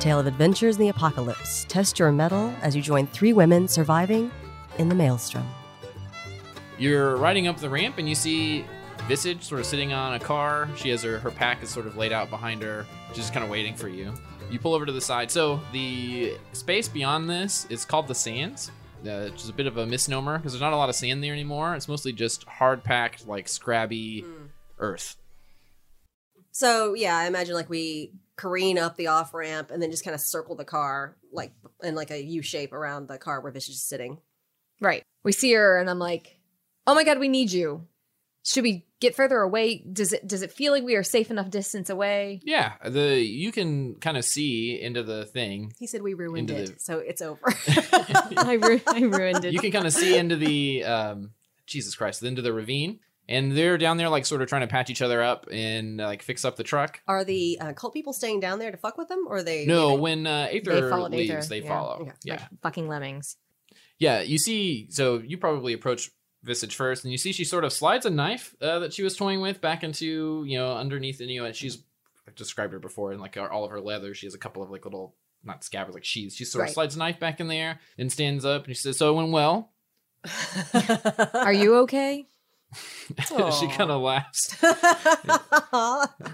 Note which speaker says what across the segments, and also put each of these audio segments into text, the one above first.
Speaker 1: tale of adventures in the apocalypse. Test your mettle as you join three women surviving in the maelstrom.
Speaker 2: You're riding up the ramp and you see Visage sort of sitting on a car. She has her her pack is sort of laid out behind her, just kind of waiting for you. You pull over to the side. So the space beyond this is called the Sands, uh, which is a bit of a misnomer because there's not a lot of sand there anymore. It's mostly just hard packed, like scrabby earth.
Speaker 3: Mm. So yeah, I imagine like we careen up the off ramp and then just kind of circle the car like in like a U shape around the car where Visage is sitting.
Speaker 4: Right. We see her and I'm like, "Oh my god, we need you. Should we get further away? Does it does it feel like we are safe enough distance away?"
Speaker 2: Yeah, the you can kind of see into the thing.
Speaker 3: He said we ruined
Speaker 2: Into
Speaker 3: it,
Speaker 2: the-
Speaker 3: so it's over.
Speaker 4: I, ru- I ruined it.
Speaker 2: you can kind of see into the um, Jesus Christ, into the ravine, and they're down there like sort of trying to patch each other up and like fix up the truck.
Speaker 3: are the uh, cult people staying down there to fuck with them, or are they?
Speaker 2: No, when uh, Aether
Speaker 4: They followed
Speaker 2: leaves,
Speaker 4: Aether,
Speaker 2: they
Speaker 4: yeah.
Speaker 2: follow.
Speaker 3: Okay.
Speaker 2: Yeah,
Speaker 4: Like fucking lemmings.
Speaker 2: yeah. You see, so you probably approach Visage first, and you see she sort of slides a knife uh, that she was toying with back into you know underneath, and you know and she's I've described her before, and like all of her leather, she has a couple of like little not scabbards, like sheaths. She sort of
Speaker 4: Right.
Speaker 2: slides a knife back in there and stands up, and she says, "So it went well."
Speaker 4: Are you okay?
Speaker 2: she
Speaker 3: Aw.
Speaker 2: kind of laughs.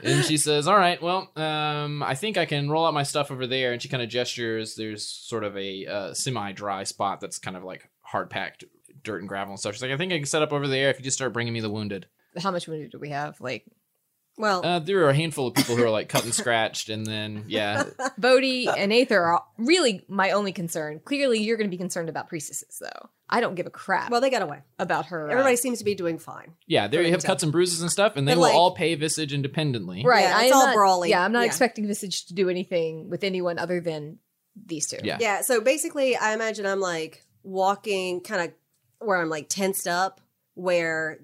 Speaker 2: and she says, "All right, well, um, I think I can roll out my stuff over there." And she kind of gestures. There's sort of a uh, semi-dry spot that's kind of like hard packed dirt and gravel and stuff. She's like, "I think I can set up over there if you just start bringing me the wounded."
Speaker 4: How much wounded do we have? Like
Speaker 3: well,
Speaker 2: Uh, there are a handful of people who are like cut and scratched, and then yeah,
Speaker 4: Bodhi and Aether are really my only concern. Clearly, you're going to be concerned about priestesses, though. I don't give a crap
Speaker 3: well, they got away.
Speaker 4: about her. uh,
Speaker 3: Everybody seems to be doing fine.
Speaker 2: yeah, there you have cuts and bruises and stuff, and they
Speaker 3: But,
Speaker 2: will
Speaker 3: like-
Speaker 2: all pay Visage independently.
Speaker 4: right?
Speaker 3: Yeah,
Speaker 4: I
Speaker 3: it's
Speaker 4: am
Speaker 3: all
Speaker 4: not-
Speaker 3: brawly.
Speaker 4: Yeah, I'm not
Speaker 3: Yeah.
Speaker 4: expecting Visage to do anything with anyone other than these two.
Speaker 2: Yeah.
Speaker 3: Yeah. So basically, I imagine I'm like walking kind of where I'm like tensed up, where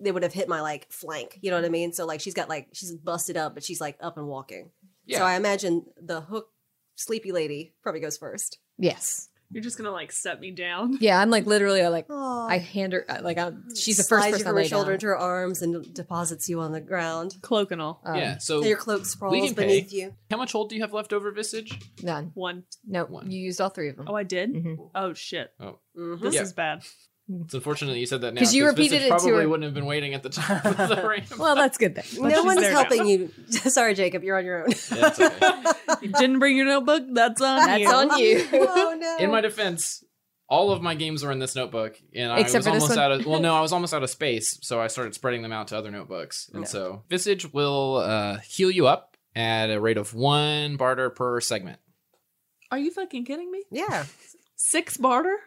Speaker 3: they would have hit my like flank. You know what I mean? So like she's got like she's busted up, but she's like up and walking.
Speaker 2: Yeah.
Speaker 3: So I imagine the hook sleepy lady probably goes first.
Speaker 4: Yes.
Speaker 5: You're just gonna like set me down.
Speaker 4: Yeah, I'm like literally I'm like
Speaker 3: Oh,
Speaker 4: I hand her uh, like I'm, she's the first person I
Speaker 3: from her
Speaker 4: lay
Speaker 3: shoulder
Speaker 4: down.
Speaker 3: to her arms and deposits you on the ground.
Speaker 5: Cloak and all.
Speaker 4: Um,
Speaker 2: yeah. So
Speaker 3: And your cloak sprawls
Speaker 2: can pay.
Speaker 3: beneath you.
Speaker 2: how much hold do you have left over, Visage?
Speaker 4: None.
Speaker 5: One.
Speaker 4: No,
Speaker 2: One.
Speaker 4: you used all three of them.
Speaker 5: Oh, I did.
Speaker 4: Mhm.
Speaker 5: Oh shit.
Speaker 3: Mhm.
Speaker 5: This
Speaker 2: Yeah.
Speaker 5: is bad.
Speaker 2: It's unfortunate you said that now
Speaker 4: 'Cause you repeated
Speaker 2: Visage
Speaker 4: it to
Speaker 2: Probably
Speaker 4: her.
Speaker 2: wouldn't have been waiting at the top of the ramp.
Speaker 4: Well, that's good then.
Speaker 5: But
Speaker 3: No
Speaker 5: she's
Speaker 3: one's
Speaker 5: there now.
Speaker 3: helping you. Sorry, Jacob, you're on your own.
Speaker 2: Yeah, it's okay.
Speaker 5: You didn't bring your notebook. That's on
Speaker 4: That's
Speaker 5: you.
Speaker 4: on you.
Speaker 3: oh no!
Speaker 2: in my defense, all of my games were in this notebook, and I was
Speaker 4: Except for this
Speaker 2: almost
Speaker 4: one.
Speaker 2: out of well, no, I was almost out of space, so I started spreading them out to other notebooks, and
Speaker 3: No.
Speaker 2: so Visage will uh, heal you up at a rate of one barter per segment.
Speaker 5: Are you fucking kidding me?
Speaker 3: yeah,
Speaker 5: Six barter?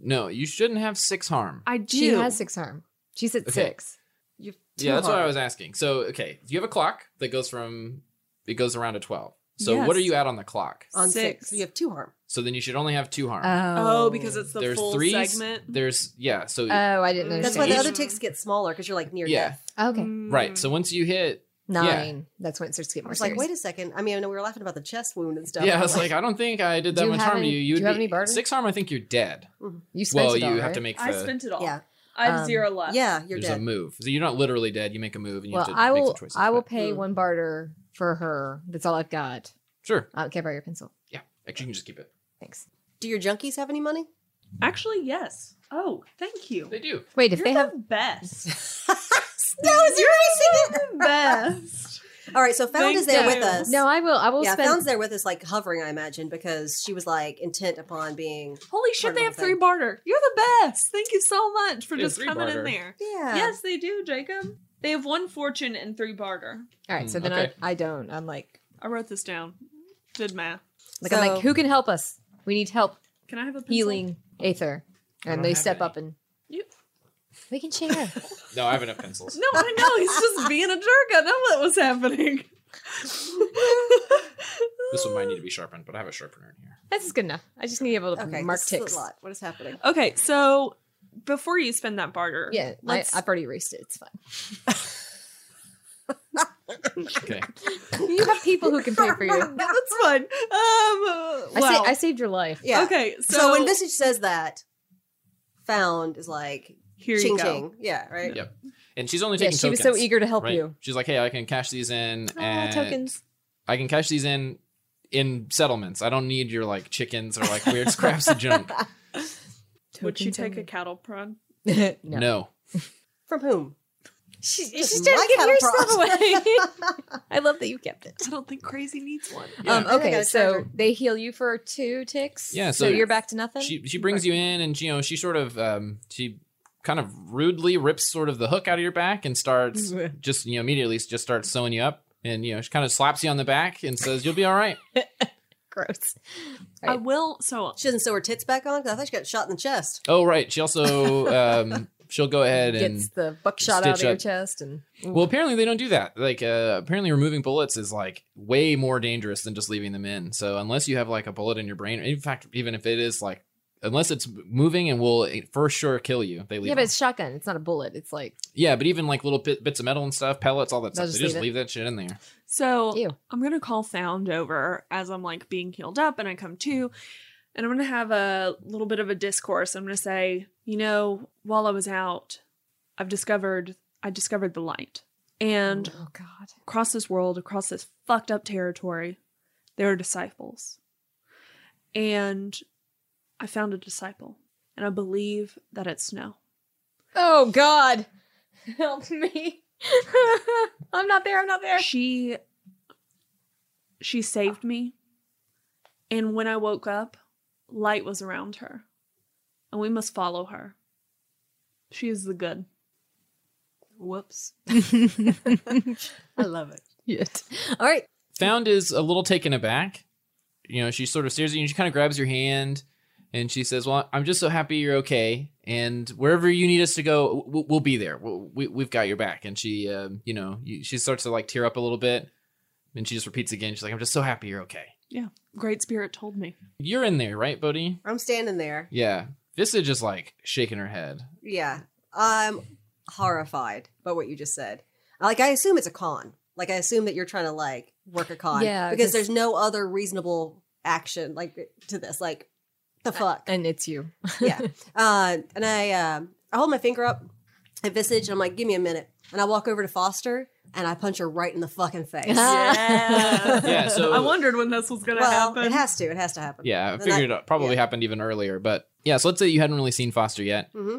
Speaker 2: No, you shouldn't have six harm.
Speaker 5: I do.
Speaker 4: She has six harm. She's at
Speaker 2: Okay.
Speaker 4: six.
Speaker 2: yeah, that's what I
Speaker 3: hard.
Speaker 2: was asking. So, okay, you have a clock that goes from it goes around to twelve. So, what
Speaker 5: Yes.
Speaker 2: are you at on the clock?
Speaker 3: on six.
Speaker 5: Six.
Speaker 3: you have two harm.
Speaker 2: So then you should only have two harm.
Speaker 4: Oh,
Speaker 5: Oh, because it's the
Speaker 2: There's
Speaker 5: full
Speaker 2: three
Speaker 5: segment.
Speaker 2: There's yeah. So
Speaker 4: Oh, I didn't
Speaker 5: That's
Speaker 3: That's
Speaker 4: understand.
Speaker 3: why the
Speaker 2: Each-
Speaker 3: other ticks get smaller because you're like near
Speaker 2: Yeah.
Speaker 3: death.
Speaker 4: Oh, okay.
Speaker 5: Mm.
Speaker 2: right. So once you hit
Speaker 4: Nine. That's when it starts to
Speaker 3: I
Speaker 4: get more
Speaker 3: was
Speaker 4: serious.
Speaker 3: like, wait a second. I mean, I know we were laughing about the chest wound and stuff.
Speaker 2: yeah, I was like, I don't think I did
Speaker 4: Do
Speaker 2: that
Speaker 4: you
Speaker 2: much
Speaker 4: have
Speaker 2: harm to
Speaker 4: any-
Speaker 2: you.
Speaker 4: do you have any barter?
Speaker 2: six harm. I think you're dead.
Speaker 4: you spent
Speaker 2: Well,
Speaker 4: it
Speaker 2: you
Speaker 4: all,
Speaker 2: have
Speaker 4: right?
Speaker 2: to make the
Speaker 5: I spent it all.
Speaker 3: yeah,
Speaker 5: I have
Speaker 4: Um,
Speaker 5: zero left.
Speaker 3: yeah, you're
Speaker 2: there's
Speaker 3: dead.
Speaker 2: a move. So you're not literally dead. You make a move and you
Speaker 4: Well,
Speaker 2: have to
Speaker 4: I
Speaker 2: make
Speaker 4: will.
Speaker 2: some choices.
Speaker 4: I will
Speaker 2: but-
Speaker 4: pay
Speaker 3: Mm.
Speaker 4: one barter for her. That's all I've got.
Speaker 2: Sure.
Speaker 4: I don't care about your pencil.
Speaker 2: Yeah. Actually, you can just keep it.
Speaker 4: Thanks.
Speaker 3: Do your junkies have any money?
Speaker 5: Actually, yes. Oh, thank you.
Speaker 2: They do.
Speaker 4: Wait, if
Speaker 5: You're
Speaker 4: they
Speaker 5: the
Speaker 4: have
Speaker 5: best.
Speaker 3: no, it's your
Speaker 5: The best.
Speaker 3: All right, so Found is
Speaker 5: Thank
Speaker 3: there
Speaker 5: you.
Speaker 3: with us.
Speaker 4: no, I will. I will
Speaker 3: yeah,
Speaker 4: spend.
Speaker 3: Found's there with us, like hovering, I imagine, because she was like intent upon being.
Speaker 5: Holy shit,
Speaker 3: Part of
Speaker 5: they
Speaker 3: the
Speaker 5: have
Speaker 3: thing.
Speaker 5: three barter. You're the best. Thank you so much for
Speaker 2: They have
Speaker 5: just
Speaker 2: three
Speaker 5: coming
Speaker 2: barter.
Speaker 5: in there.
Speaker 3: Yeah.
Speaker 5: Yes, they do, Jacob. They have one fortune and three barter.
Speaker 4: all right, so
Speaker 2: Mm,
Speaker 4: then
Speaker 2: okay.
Speaker 4: I, I don't. I'm like,
Speaker 5: I wrote this down. Did math.
Speaker 4: like I'm
Speaker 3: So-
Speaker 4: like, who can help us? We need help
Speaker 5: Can I have a pencil?
Speaker 4: healing Aether,
Speaker 2: I
Speaker 4: and
Speaker 2: don't
Speaker 4: they
Speaker 2: have
Speaker 4: step
Speaker 2: any.
Speaker 4: up and
Speaker 5: You-
Speaker 4: we can share.
Speaker 2: No, I have enough pencils.
Speaker 5: No, I know. He's just being a jerk. I know what was happening.
Speaker 2: This one might need to be sharpened, but I have a sharpener in here.
Speaker 4: That's good enough. I just need to be able to
Speaker 3: Okay.
Speaker 4: mark
Speaker 3: this is a
Speaker 4: ticks.
Speaker 3: lot. What is happening?
Speaker 5: Okay, so before you spend that barter,
Speaker 4: Yeah, I,
Speaker 3: Let's-
Speaker 4: I've already erased it. It's fine.
Speaker 2: Okay.
Speaker 4: You have people who can pay for you.
Speaker 5: that's fine. Um, wow.
Speaker 4: I, sa- I saved your life.
Speaker 3: Yeah.
Speaker 5: Okay, so,
Speaker 3: So, when Visage says that, Found is like
Speaker 5: here
Speaker 3: ching
Speaker 5: you go.
Speaker 3: ching. Yeah. Right.
Speaker 2: Yeah. And she's only
Speaker 4: Yeah,
Speaker 2: taking
Speaker 4: she was
Speaker 2: tokens.
Speaker 4: so eager to help
Speaker 2: right? Ah,
Speaker 4: you.
Speaker 2: She's like, hey, I can cash these in.
Speaker 4: Ah,
Speaker 2: and
Speaker 4: tokens.
Speaker 2: I can cash these in in settlements. I don't need your like chickens or like weird scraps of junk.
Speaker 5: Would you
Speaker 4: Tokens
Speaker 5: take a
Speaker 4: only.
Speaker 5: cattle prod?
Speaker 2: No.
Speaker 4: Um,
Speaker 3: From whom?
Speaker 4: She,
Speaker 3: This
Speaker 4: she's
Speaker 3: is
Speaker 4: trying
Speaker 3: my
Speaker 4: to give your
Speaker 3: catapult.
Speaker 4: stuff away. I love that you kept it.
Speaker 5: I don't think crazy needs one.
Speaker 2: Yeah.
Speaker 4: Um,
Speaker 3: I think I got
Speaker 4: okay,
Speaker 3: a
Speaker 4: so
Speaker 3: treasure.
Speaker 4: they heal you for two ticks.
Speaker 2: Yeah,
Speaker 4: so,
Speaker 2: so-
Speaker 4: you're back to nothing.
Speaker 2: she she brings you in and you know she sort of um she kind of rudely rips sort of the hook out of your back and starts just you know immediately just starts sewing you up and you know she kind of slaps you on the back and says you'll be all right.
Speaker 4: Gross.
Speaker 5: I will. So
Speaker 3: She doesn't sew her tits back on because I thought she got shot in the chest.
Speaker 2: Oh right, she also um she'll go ahead and
Speaker 4: Gets the buckshot out of
Speaker 2: stitch
Speaker 4: your
Speaker 2: up-
Speaker 4: chest and
Speaker 2: well apparently they don't do that. Like uh apparently removing bullets is like way more dangerous than just leaving them in. So unless you have like a bullet in your brain, in fact even if it is like unless it's moving and will eh, for sure kill you, they leave.
Speaker 4: yeah,
Speaker 2: them.
Speaker 4: but it's shotgun. It's not a bullet. It's like
Speaker 2: Yeah, but even like little bit, bits of metal and stuff, pellets, all that stuff.
Speaker 4: They'll just
Speaker 2: they just
Speaker 4: leave
Speaker 2: leave
Speaker 4: it.
Speaker 2: that shit in there.
Speaker 5: so
Speaker 4: ew.
Speaker 5: I'm gonna call Found over as I'm like being healed up, and I come to, and I'm gonna have a little bit of a discourse. I'm gonna say, you know, while I was out, I've discovered I discovered the light, and
Speaker 4: oh god.
Speaker 5: across this world, across this fucked up territory, there are disciples. And I found a disciple, and I believe that it's snow.
Speaker 4: Oh god. Help me. I'm not there. I'm not there.
Speaker 5: She she saved me. And when I woke up, light was around her. And we must follow her. She is the good.
Speaker 3: Whoops.
Speaker 4: I love it. All right.
Speaker 2: Found is a little taken aback. You know, she sort of stares at you and she kind of grabs your hand and she says, Well, I'm just so happy you're okay. And wherever you need us to go, w- w- we'll be there. We'll, we- we've got your back. And she, um, you know, you, she starts to like tear up a little bit. And she just repeats again. She's like, I'm just so happy you're okay.
Speaker 5: Great spirit told me.
Speaker 2: You're in there, right, Bodhi?
Speaker 3: I'm standing there.
Speaker 2: Yeah. Visage is like shaking her head.
Speaker 3: Yeah. I'm horrified by what you just said. Like I assume it's a con. Like I assume that you're trying to like work a con.
Speaker 4: Yeah,
Speaker 3: Because
Speaker 4: 'cause-
Speaker 3: there's no other reasonable action like to this. Like the fuck.
Speaker 4: And it's you.
Speaker 3: yeah. Uh, and I um I hold my finger up at Visage and I'm like, give me a minute. And I walk over to Foster and I punch her right in the fucking face.
Speaker 2: Yeah, so-
Speaker 5: I wondered when this was gonna
Speaker 3: well,
Speaker 5: happen.
Speaker 3: it has to. It has to happen.
Speaker 2: Yeah. I
Speaker 3: And I-
Speaker 2: figured it probably
Speaker 3: yeah.
Speaker 2: happened even earlier. But yeah, so let's say you hadn't really seen Foster yet.
Speaker 3: hmm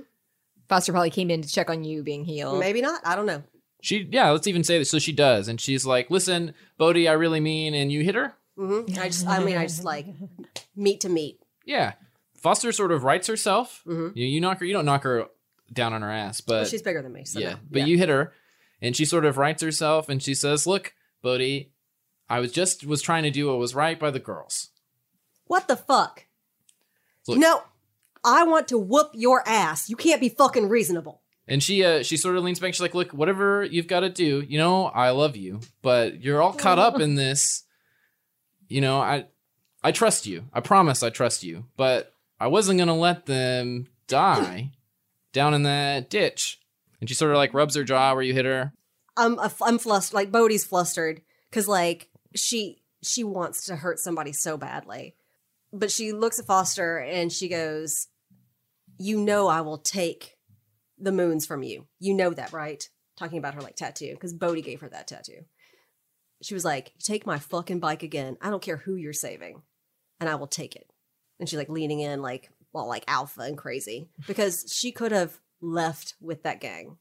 Speaker 4: Foster probably came in to check on you being healed.
Speaker 3: Maybe not. I don't know.
Speaker 2: She yeah, let's even say that. So she does, and she's like, "Listen, Bodhi, I really mean," and you hit her.
Speaker 3: hmm I just, I mean, I just like meat to meat.
Speaker 2: Yeah, Foster sort of rights herself.
Speaker 3: hmm
Speaker 2: You, you knock her. You don't knock her down on her ass, but
Speaker 3: she's bigger than me. So
Speaker 2: yeah,
Speaker 3: no.
Speaker 2: but you hit her, and she sort of rights herself, and she says, "Look, Bodhi, I was just was trying to do what was right by the girls."
Speaker 3: What the fuck?
Speaker 2: Look.
Speaker 3: No, I want to whoop your ass. You can't be fucking reasonable.
Speaker 2: And she uh, she sort of leans back. She's like, "Look, whatever you've got to do, you know, I love you, but you're all caught up in this. You know, I I trust you. I promise, I trust you. But I wasn't gonna let them die down in that ditch." And she sort of like rubs her jaw where you hit her.
Speaker 3: I'm a, I'm flustered. Like Bodhi's flustered because like she she wants to hurt somebody so badly, but she looks at Foster and she goes, "You know I will take the moons from you. You know that, right?" Talking about her like tattoo because Bodhi gave her that tattoo. She was like, "Take my fucking bike again. I don't care who you're saving, and I will take it." And she's like leaning in like all like alpha and crazy because she could have left with that gang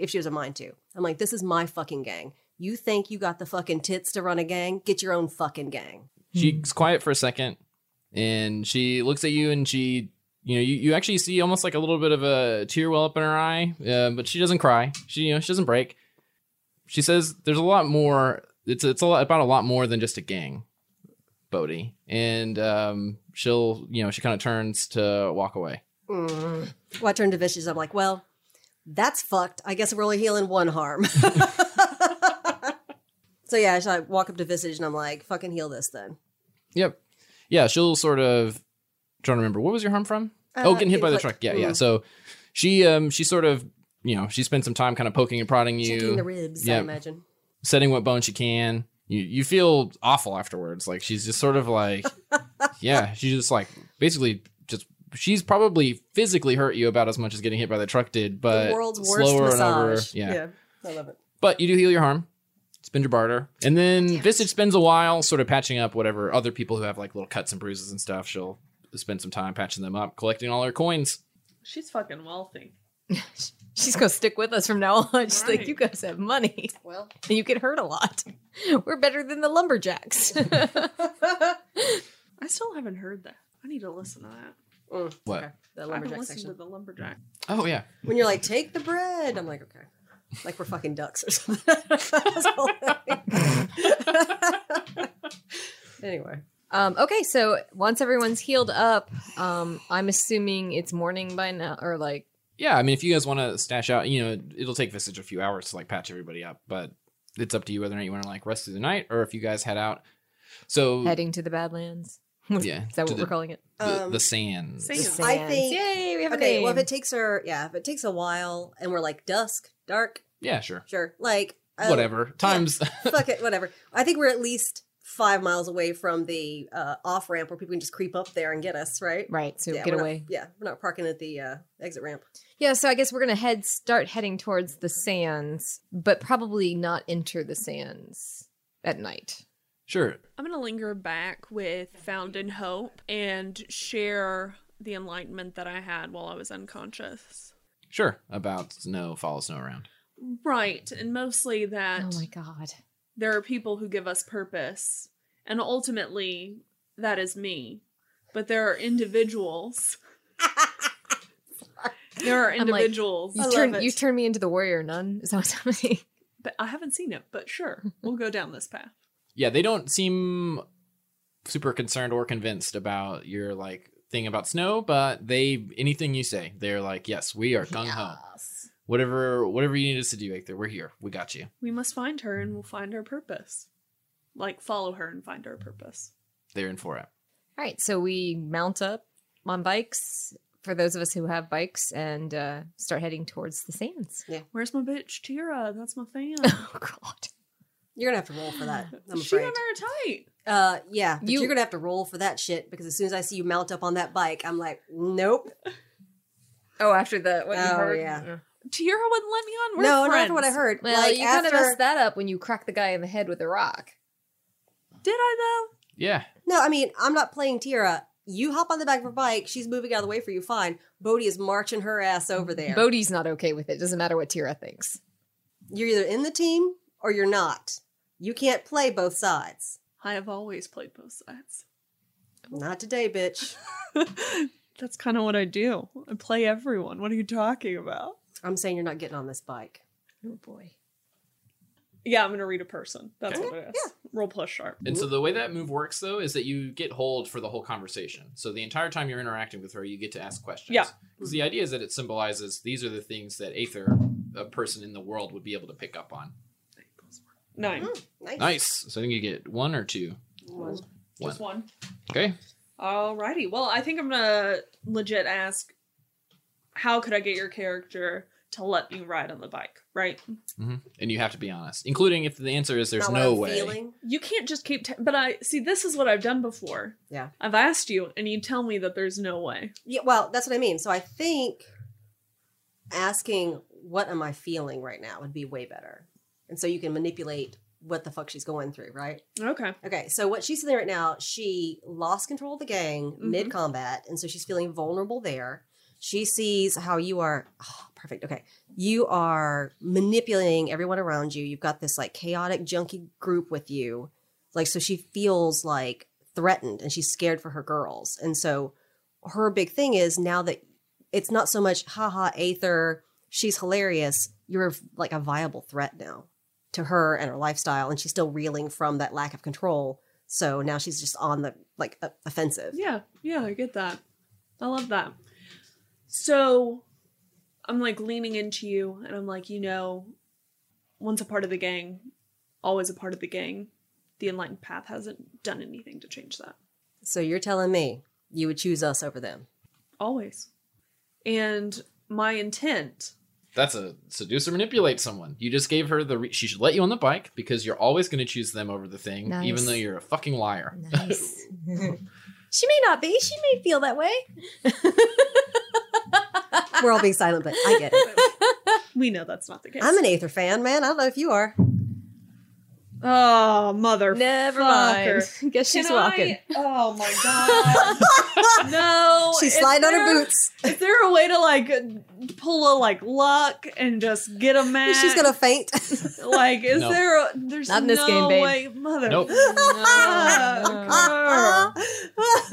Speaker 3: if she was a mind to. I'm like, this is my fucking gang. You think you got the fucking tits to run a gang? Get your own fucking gang.
Speaker 2: She's quiet for a second, and she looks at you, and she, you know, you, you actually see almost like a little bit of a tear well up in her eye, uh, but she doesn't cry. She, you know, she doesn't break. She says, "There's a lot more. It's it's a lot, about a lot more than just a gang, Bodhi." And um, she'll, you know, she kind of turns to walk away.
Speaker 3: Mm. Well, I turned to Vicious. I'm like, well, that's fucked. I guess we're only healing one harm. so yeah, so I walk up to Visage and I'm like, fucking heal this then.
Speaker 2: Yep. Yeah, she'll sort of trying to remember what was your harm from?
Speaker 3: Uh,
Speaker 2: oh, getting hit by the truck. Yeah,
Speaker 3: hmm. mm,
Speaker 2: yeah. So she um she sort of you know she spent some time kind of poking and prodding you.
Speaker 3: Checking the ribs, I
Speaker 2: Yeah.
Speaker 3: imagine.
Speaker 2: setting what bone she can. You you feel awful afterwards. Like she's just sort of like, yeah, she's just like basically just she's probably physically hurt you about as much as getting hit by the truck did, but
Speaker 3: the world's worst
Speaker 2: slower and over.
Speaker 3: massage.
Speaker 2: Yeah.
Speaker 3: I love it.
Speaker 2: but you do heal your harm. spend your barter. And then Visage spends a while sort of patching up whatever other people who have like little cuts and bruises and stuff. She'll spend some time patching them up, collecting all her coins.
Speaker 5: She's fucking wealthy.
Speaker 4: She's gonna stick with us from now on. She's like,
Speaker 5: Right.
Speaker 4: you guys have money.
Speaker 3: Well,
Speaker 4: and You get hurt a lot. We're better than the lumberjacks.
Speaker 5: I still haven't heard that. I need to listen to that.
Speaker 3: mm,
Speaker 2: What?
Speaker 3: okay. The
Speaker 5: I haven't
Speaker 3: lumberjack
Speaker 5: listened to
Speaker 3: section.
Speaker 5: the lumberjack.
Speaker 2: Oh yeah.
Speaker 3: When you're like, take the bread, I'm like, okay. Like we're fucking ducks or something. That's all I- anyway.
Speaker 4: um, okay, so once everyone's healed up, um, I'm assuming it's morning by now, or like,
Speaker 2: Yeah, I mean if you guys want to stash out, you know, it'll take Visage a few hours to like patch everybody up, but it's up to you whether or not you want to like rest through the night or if you guys head out. So
Speaker 4: heading to the Badlands.
Speaker 2: yeah,
Speaker 4: Is that
Speaker 2: to
Speaker 4: what
Speaker 2: the,
Speaker 4: we're calling it?
Speaker 2: the,
Speaker 3: Um,
Speaker 2: the sand.
Speaker 5: Sand.
Speaker 4: The
Speaker 3: I
Speaker 4: sands.
Speaker 3: think-
Speaker 4: Yay, we have a
Speaker 3: Okay,
Speaker 4: name.
Speaker 3: well if it takes her yeah, if it takes a while and we're like dusk, dark,
Speaker 2: Yeah, sure.
Speaker 3: sure. Like uh,
Speaker 2: Whatever. Times
Speaker 3: fuck it, whatever. I think we're at least five miles away from the uh, off ramp where people can just creep up there and get us, right?
Speaker 4: right, so
Speaker 3: Yeah,
Speaker 4: get
Speaker 3: we're not-
Speaker 4: away.
Speaker 3: yeah, we're not parking at the uh, exit ramp.
Speaker 4: Yeah, so I guess we're gonna head start heading towards the sands, but probably not enter the sands at night.
Speaker 2: Sure.
Speaker 5: I'm going to linger back with Found in Hope and share the enlightenment that I had while I was unconscious.
Speaker 2: Sure. About snow, follow snow around.
Speaker 5: Right. And mostly that
Speaker 4: Oh my god.
Speaker 5: there are people who give us purpose. And ultimately, that is me. But there are individuals. there are
Speaker 4: I'm like,
Speaker 5: individuals.
Speaker 4: You
Speaker 3: I love
Speaker 4: turn
Speaker 3: it.
Speaker 4: you turn me into the warrior nun. Is that what's happening?
Speaker 5: but I haven't seen it, but sure, we'll go down this path.
Speaker 2: Yeah, they don't seem super concerned or convinced about your like thing about snow, but they anything you say, they're like, "Yes, we are gung ho. Whatever, whatever you need us to do, Aether, we're here. We got you."
Speaker 5: We must find her and we'll find her purpose. Like, follow her and find her purpose.
Speaker 2: They're in for it.
Speaker 4: All right, so we mount up on bikes for those of us who have bikes and uh, start heading towards the sands.
Speaker 5: Where's my bitch, Tira? That's my fan.
Speaker 4: Oh god.
Speaker 3: You're gonna have to roll for that. I'm
Speaker 5: she
Speaker 3: afraid.
Speaker 5: got her tight.
Speaker 3: Uh, yeah, but
Speaker 4: You-
Speaker 3: you're gonna have to roll for that shit because as soon as I see you mount up on that bike, I'm like, nope.
Speaker 4: Oh, after the what
Speaker 3: you Oh, heard? yeah.
Speaker 5: Tira wouldn't let me on. We're
Speaker 3: no,
Speaker 5: friends.
Speaker 3: not after what I heard.
Speaker 4: Well,
Speaker 3: like
Speaker 4: you
Speaker 3: after,
Speaker 4: kind of messed that up when you cracked the guy in the head with a rock.
Speaker 5: Did I though?
Speaker 2: Yeah,
Speaker 3: no, I mean, I'm not playing Tira. You hop on the back of her bike. She's moving out of the way for you. Fine. Bodhi is marching her ass over there.
Speaker 4: Bodhi's not okay with it. Doesn't matter what Tira thinks.
Speaker 3: you're either in the team or you're not. You can't play both sides.
Speaker 5: I have always played both sides.
Speaker 3: Not today, bitch.
Speaker 5: That's kind of what I do. I play everyone. What are you talking about?
Speaker 3: I'm saying you're not getting on this bike.
Speaker 4: Oh boy.
Speaker 5: Yeah, I'm gonna read a person. That's
Speaker 2: Okay.
Speaker 5: what it is. Roll plus sharp.
Speaker 2: And so the way that move works though is that you get hold for the whole conversation. So the entire time you're interacting with her, you get to ask questions.
Speaker 5: Yeah. Mm-hmm.
Speaker 2: Because the idea is that it symbolizes these are the things that Aether, a person in the world, would be able to pick up on.
Speaker 5: Nine.
Speaker 3: Mm, Nice.
Speaker 2: Nice. So I think you get one or two.
Speaker 3: One.
Speaker 5: Just one.
Speaker 2: Okay.
Speaker 5: Alrighty. Well, I think I'm gonna legit ask, how could I get your character to let me ride on the bike? Right?
Speaker 2: hmm And you have to be honest, including if the answer is there's
Speaker 3: Not what
Speaker 2: no
Speaker 3: I'm
Speaker 2: way.
Speaker 3: feeling.
Speaker 5: You can't just keep. T- but I see. This is what I've done before.
Speaker 3: Yeah.
Speaker 5: I've asked you, and you tell me that there's no way.
Speaker 3: Yeah, well, that's what I mean. So I think asking what am I feeling right now would be way better. And so you can manipulate what the fuck she's going through, right?
Speaker 5: Okay.
Speaker 3: Okay, so what she's feeling right now, she lost control of the gang mid combat, and so she's feeling vulnerable there. She sees how you are oh, perfect. Okay, you are manipulating everyone around you. You've got this like chaotic, junky group with you, like so she feels like threatened and she's scared for her girls. And so her big thing is now that it's not so much haha Aether, she's hilarious. You're like a viable threat now to her and her lifestyle and she's still reeling from that lack of control so now she's just on the like o- offensive
Speaker 5: Yeah, yeah, I get that. I love that. So I'm like leaning into you and I'm like, you know, once a part of the gang, always a part of the gang. The enlightened path hasn't done anything to change that.
Speaker 3: so you're telling me you would choose us over them
Speaker 5: Always. And my intent,
Speaker 2: That's a seduce or manipulate someone. You just gave her the. Re- she should let you on the bike because you're always going to choose them over the thing, even
Speaker 4: Nice.
Speaker 2: though you're a fucking liar.
Speaker 4: Nice. she may not be. She may feel that way.
Speaker 3: we're all being silent but i get it
Speaker 5: we know that's not the case.
Speaker 3: i'm an aether fan man i don't know if you are
Speaker 5: Oh, mother.
Speaker 4: Never
Speaker 5: Fucker.
Speaker 4: mind. Guess she's walking.
Speaker 5: Oh my god. no.
Speaker 3: She's
Speaker 5: is
Speaker 3: sliding on her
Speaker 5: there-
Speaker 3: boots.
Speaker 5: Is there a way to like pull a like luck and just get a match?
Speaker 3: She's gonna faint.
Speaker 5: like. Is
Speaker 2: No.
Speaker 5: there? A, there's
Speaker 4: Not in this
Speaker 5: no
Speaker 4: game, babe.
Speaker 5: way, mother.
Speaker 2: Nope.
Speaker 5: Fucker.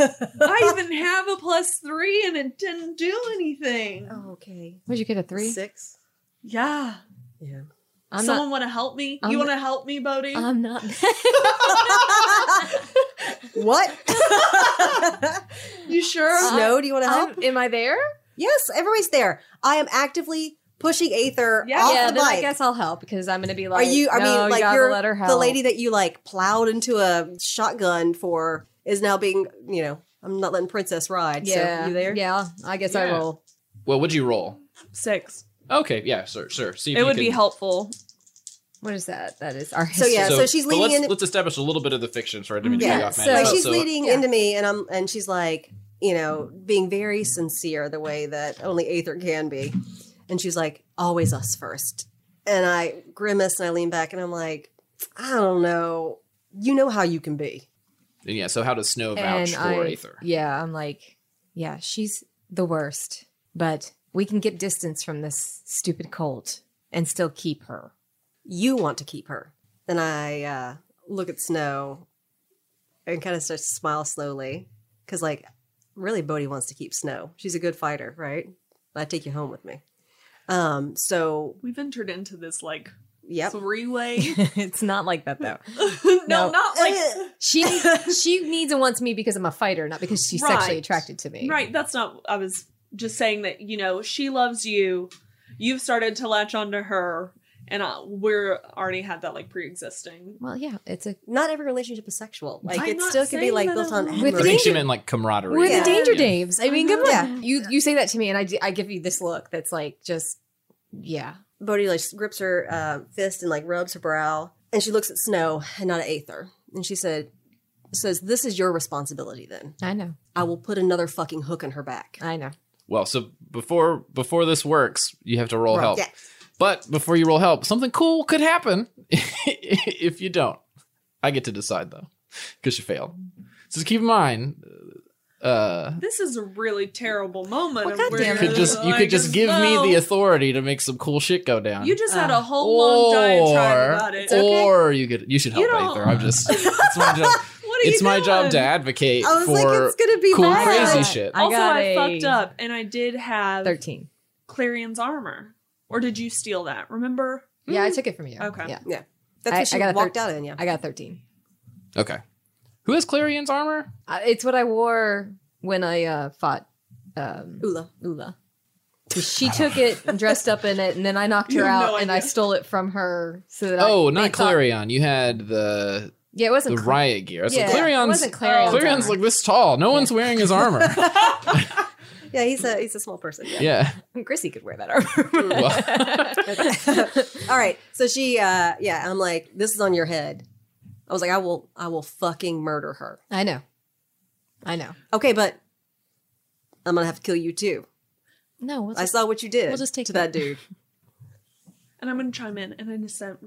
Speaker 5: I even have a plus three and it didn't do anything.
Speaker 3: okay.
Speaker 4: Would you get a Oh, three?
Speaker 3: Six.
Speaker 5: Yeah.
Speaker 3: Yeah.
Speaker 4: I'm
Speaker 5: Someone want to help me?
Speaker 4: I'm
Speaker 5: you
Speaker 4: not-
Speaker 5: want to help me, Bodie?
Speaker 4: not. I'm not.
Speaker 3: what?
Speaker 5: you sure?
Speaker 3: Snow, do you want to help?
Speaker 4: I'm, am I there?
Speaker 3: yes, everybody's there. I am actively pushing Aether
Speaker 5: Yeah.
Speaker 3: off
Speaker 4: yeah.
Speaker 3: the
Speaker 4: then
Speaker 3: bike.
Speaker 4: I guess I'll help because I'm gonna be like,
Speaker 3: you- I mean,
Speaker 4: "No,
Speaker 3: like,
Speaker 4: you gotta
Speaker 3: you're
Speaker 4: let her help.
Speaker 3: the lady that you like plowed into a shotgun for is now being, you know, I'm not letting Princess ride.
Speaker 4: Yeah.
Speaker 3: So you there?
Speaker 4: Yeah. I guess I
Speaker 2: Yeah.
Speaker 4: will.
Speaker 2: Well, would you roll?
Speaker 5: Six.
Speaker 2: Okay, yeah, sure, sure. See if
Speaker 5: It
Speaker 2: you
Speaker 5: would
Speaker 2: can-
Speaker 5: be helpful.
Speaker 4: What is that? That is our.
Speaker 3: So, yeah,
Speaker 4: history.
Speaker 3: so she's
Speaker 2: but
Speaker 3: leaning
Speaker 2: let's,
Speaker 3: in-
Speaker 2: Let's establish a little bit of the fiction. Sorry, I didn't mean to
Speaker 4: Yeah,
Speaker 2: cut you off, man.
Speaker 4: so-
Speaker 3: like
Speaker 4: Oh,
Speaker 3: she's
Speaker 2: so- Mm-hmm.
Speaker 3: leading
Speaker 4: yeah.
Speaker 3: into me and I'm and she's like, you know, being very sincere the way that only Aether can be. And she's like, always us first. And I grimace and I lean back and I'm like, I don't know. You know how you can be.
Speaker 2: And yeah, so how does Snow
Speaker 4: and
Speaker 2: vouch
Speaker 4: I,
Speaker 2: for Aether?
Speaker 4: yeah, I'm like, yeah, she's the worst, but we can get distance from this stupid cult and still keep her.
Speaker 3: You want to keep her. And I uh, look at Snow and kind of starts to smile slowly. Cause like really Bodhi wants to keep Snow. She's a good fighter, right? I take you home with me. Um, so
Speaker 5: We've entered into this like
Speaker 3: yep.
Speaker 5: three way.
Speaker 4: it's not like that though.
Speaker 5: no,
Speaker 4: No.
Speaker 5: not like
Speaker 4: She needs, she needs and wants me because I'm a fighter, not because she's sexually
Speaker 5: Right.
Speaker 4: attracted to me.
Speaker 5: right. That's not. I was just saying that you know she loves you. You've started to latch onto her, and I, we're already had that like pre-existing.
Speaker 4: Well, yeah, it's a
Speaker 3: not every relationship is sexual. Like
Speaker 5: I'm
Speaker 3: it
Speaker 5: not
Speaker 3: still can be
Speaker 5: saying
Speaker 3: like
Speaker 5: that
Speaker 3: built
Speaker 5: I'm
Speaker 3: on
Speaker 5: not.
Speaker 4: With
Speaker 2: I think
Speaker 3: admiration.
Speaker 2: she meant like camaraderie.
Speaker 4: we're
Speaker 3: Yeah.
Speaker 4: the danger
Speaker 2: Yeah.
Speaker 4: Daves. I mean,
Speaker 5: I
Speaker 4: come on.
Speaker 3: know.
Speaker 4: You you say that to me, and I d- I give you this look that's like just yeah.
Speaker 3: Bodhi like grips her uh, fist and like rubs her brow, and she looks at Snow and not at Aether, and she said, "says This is your responsibility. Then
Speaker 4: I know.
Speaker 3: I will put another fucking hook in her back."
Speaker 4: I know.
Speaker 2: Well, so before before this works, you have to roll
Speaker 3: Roll,
Speaker 2: help.
Speaker 3: yeah.
Speaker 2: But before you roll help, something cool could happen if you don't. I get to decide though, because you failed. So just keep in mind, uh,
Speaker 5: This is a really terrible moment.
Speaker 4: Well,
Speaker 5: of where
Speaker 2: you
Speaker 4: goddamn
Speaker 5: you're
Speaker 2: could just you
Speaker 5: like,
Speaker 2: could just give
Speaker 5: no.
Speaker 2: me the authority to make some cool shit go down.
Speaker 5: You just had
Speaker 4: Uh,
Speaker 5: a whole long diatribe about it.
Speaker 4: okay.
Speaker 2: or you could you should help
Speaker 5: You don't-
Speaker 2: Aether. I'm just it's my job.
Speaker 5: what are you
Speaker 2: it's my job
Speaker 5: doing?
Speaker 2: to advocate
Speaker 3: I was
Speaker 2: for
Speaker 3: like, "It's gonna be
Speaker 2: cool,
Speaker 3: bad."
Speaker 2: crazy shit.
Speaker 4: I
Speaker 5: Oh also,
Speaker 4: got
Speaker 5: I
Speaker 4: a-
Speaker 5: fucked up, and I did have
Speaker 4: Thirteen.
Speaker 5: Clarion's armor. Or did you steal that? Remember?
Speaker 4: Yeah, I took it from you.
Speaker 5: Mm. Okay.
Speaker 4: Yeah,
Speaker 3: That's
Speaker 4: I-
Speaker 3: what she
Speaker 4: I got a
Speaker 3: walked
Speaker 4: third-
Speaker 3: out in. Yeah,
Speaker 4: I got thirteen.
Speaker 2: Okay. Who has Clarion's armor?
Speaker 4: Uh, it's what I wore when I uh, fought um,
Speaker 3: Ula.
Speaker 4: Ula. 'Cause She took it and dressed up in it, and then I knocked her
Speaker 5: You have
Speaker 4: out
Speaker 5: no
Speaker 4: and I
Speaker 5: idea.
Speaker 4: stole it from her. So that
Speaker 2: oh,
Speaker 4: I, they
Speaker 2: not
Speaker 4: thought-
Speaker 2: Clarion. You had the
Speaker 4: Yeah, it
Speaker 2: the
Speaker 4: wasn't. Cla-
Speaker 2: riot gear. So
Speaker 4: yeah, it
Speaker 2: Clarion's
Speaker 4: wasn't Clarion's.
Speaker 2: Clarion's
Speaker 4: armor.
Speaker 2: like this tall. No one's wearing his armor.
Speaker 3: Yeah, he's a he's a small person. Yeah.
Speaker 2: yeah.
Speaker 4: Chrissy could wear that armor.
Speaker 3: All right. So she, uh, yeah, I'm like, "This is on your head." I was like, "I will, I will fucking murder her."
Speaker 4: I know, I know.
Speaker 3: Okay, but I'm gonna have to kill you too.
Speaker 4: No, we'll
Speaker 3: I
Speaker 4: just-
Speaker 3: saw what you did.
Speaker 4: we'll just take
Speaker 3: to that
Speaker 4: that.
Speaker 3: dude.
Speaker 5: And I'm going to chime in and I just, I'm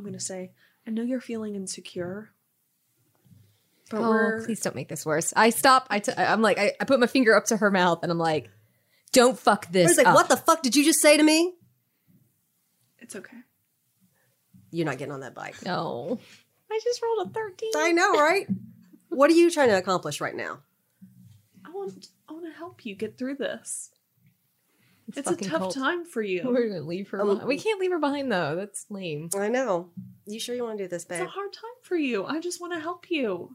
Speaker 5: going to say, I know you're feeling insecure, but
Speaker 4: oh,
Speaker 5: we're.
Speaker 4: please don't make this worse. I stop. I t- I'm like, I, I put my finger up to her mouth, and I'm like, "Don't fuck
Speaker 3: I
Speaker 4: this."
Speaker 3: was like,
Speaker 4: up.
Speaker 3: what the fuck did you just say to me?
Speaker 5: It's okay.
Speaker 3: You're not getting on that bike.
Speaker 4: No, I just rolled a thirteen.
Speaker 3: I know, right? what are you trying to accomplish right now?
Speaker 5: I want, I want to help you get through this.
Speaker 4: It's,
Speaker 5: It's a
Speaker 4: fucking
Speaker 5: tough
Speaker 4: cold.
Speaker 5: time for you.
Speaker 4: We're gonna leave her.
Speaker 3: Um,
Speaker 4: behind. We can't leave her behind though. That's lame.
Speaker 3: I know. You sure you want to do this,
Speaker 5: It's a
Speaker 3: babe?
Speaker 5: hard time for you. I just want to help you.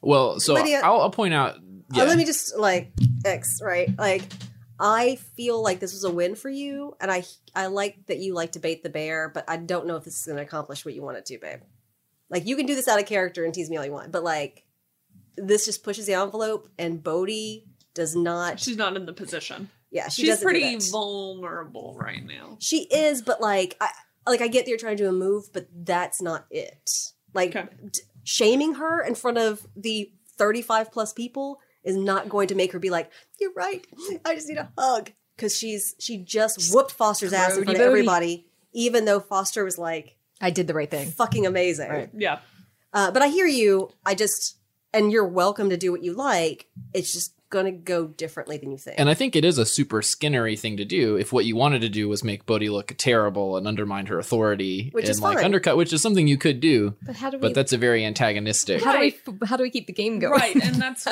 Speaker 2: Well, so
Speaker 3: Lydia-
Speaker 2: I'll, I'll point out.
Speaker 3: Uh,
Speaker 2: Yeah.
Speaker 3: let me just like X, right? Like I feel like this was a win for you, and I I like that you like to bait the bear, but I don't know if this is going to accomplish what you want it to, babe. Like you can do this out of character and tease me all you want, but like this just pushes the envelope, and Bodhi does not.
Speaker 5: She's not in the position.
Speaker 3: yeah, she
Speaker 5: She's
Speaker 3: doesn't do
Speaker 5: pretty
Speaker 3: that.
Speaker 5: vulnerable right now.
Speaker 3: She is, but like, I like I get that you're trying to do a move, but that's not it. Like
Speaker 5: Okay.
Speaker 3: d- shaming her in front of the 35 plus people is not going to make her be like, "You're right. I just need a hug." Because she's she just whooped Foster's ass in
Speaker 4: Grody
Speaker 3: front of
Speaker 4: Bodie.
Speaker 3: everybody, even though Foster was like,
Speaker 4: I did the right thing.
Speaker 3: Fucking amazing.
Speaker 1: Right.
Speaker 5: Yeah.
Speaker 3: Uh, but I hear you. I just, and you're welcome to do what you like. It's just going to go differently than you think.
Speaker 2: And I think it is a super skinnery thing to do if what you wanted to do was make Bodhi look terrible and undermine her authority
Speaker 3: Which
Speaker 2: and
Speaker 3: is
Speaker 2: like
Speaker 3: fine.
Speaker 2: undercut, which is something you could do,
Speaker 4: But how do we?
Speaker 2: but that's a very antagonistic.
Speaker 4: how do we? How do we keep the game going?
Speaker 5: Right. And that's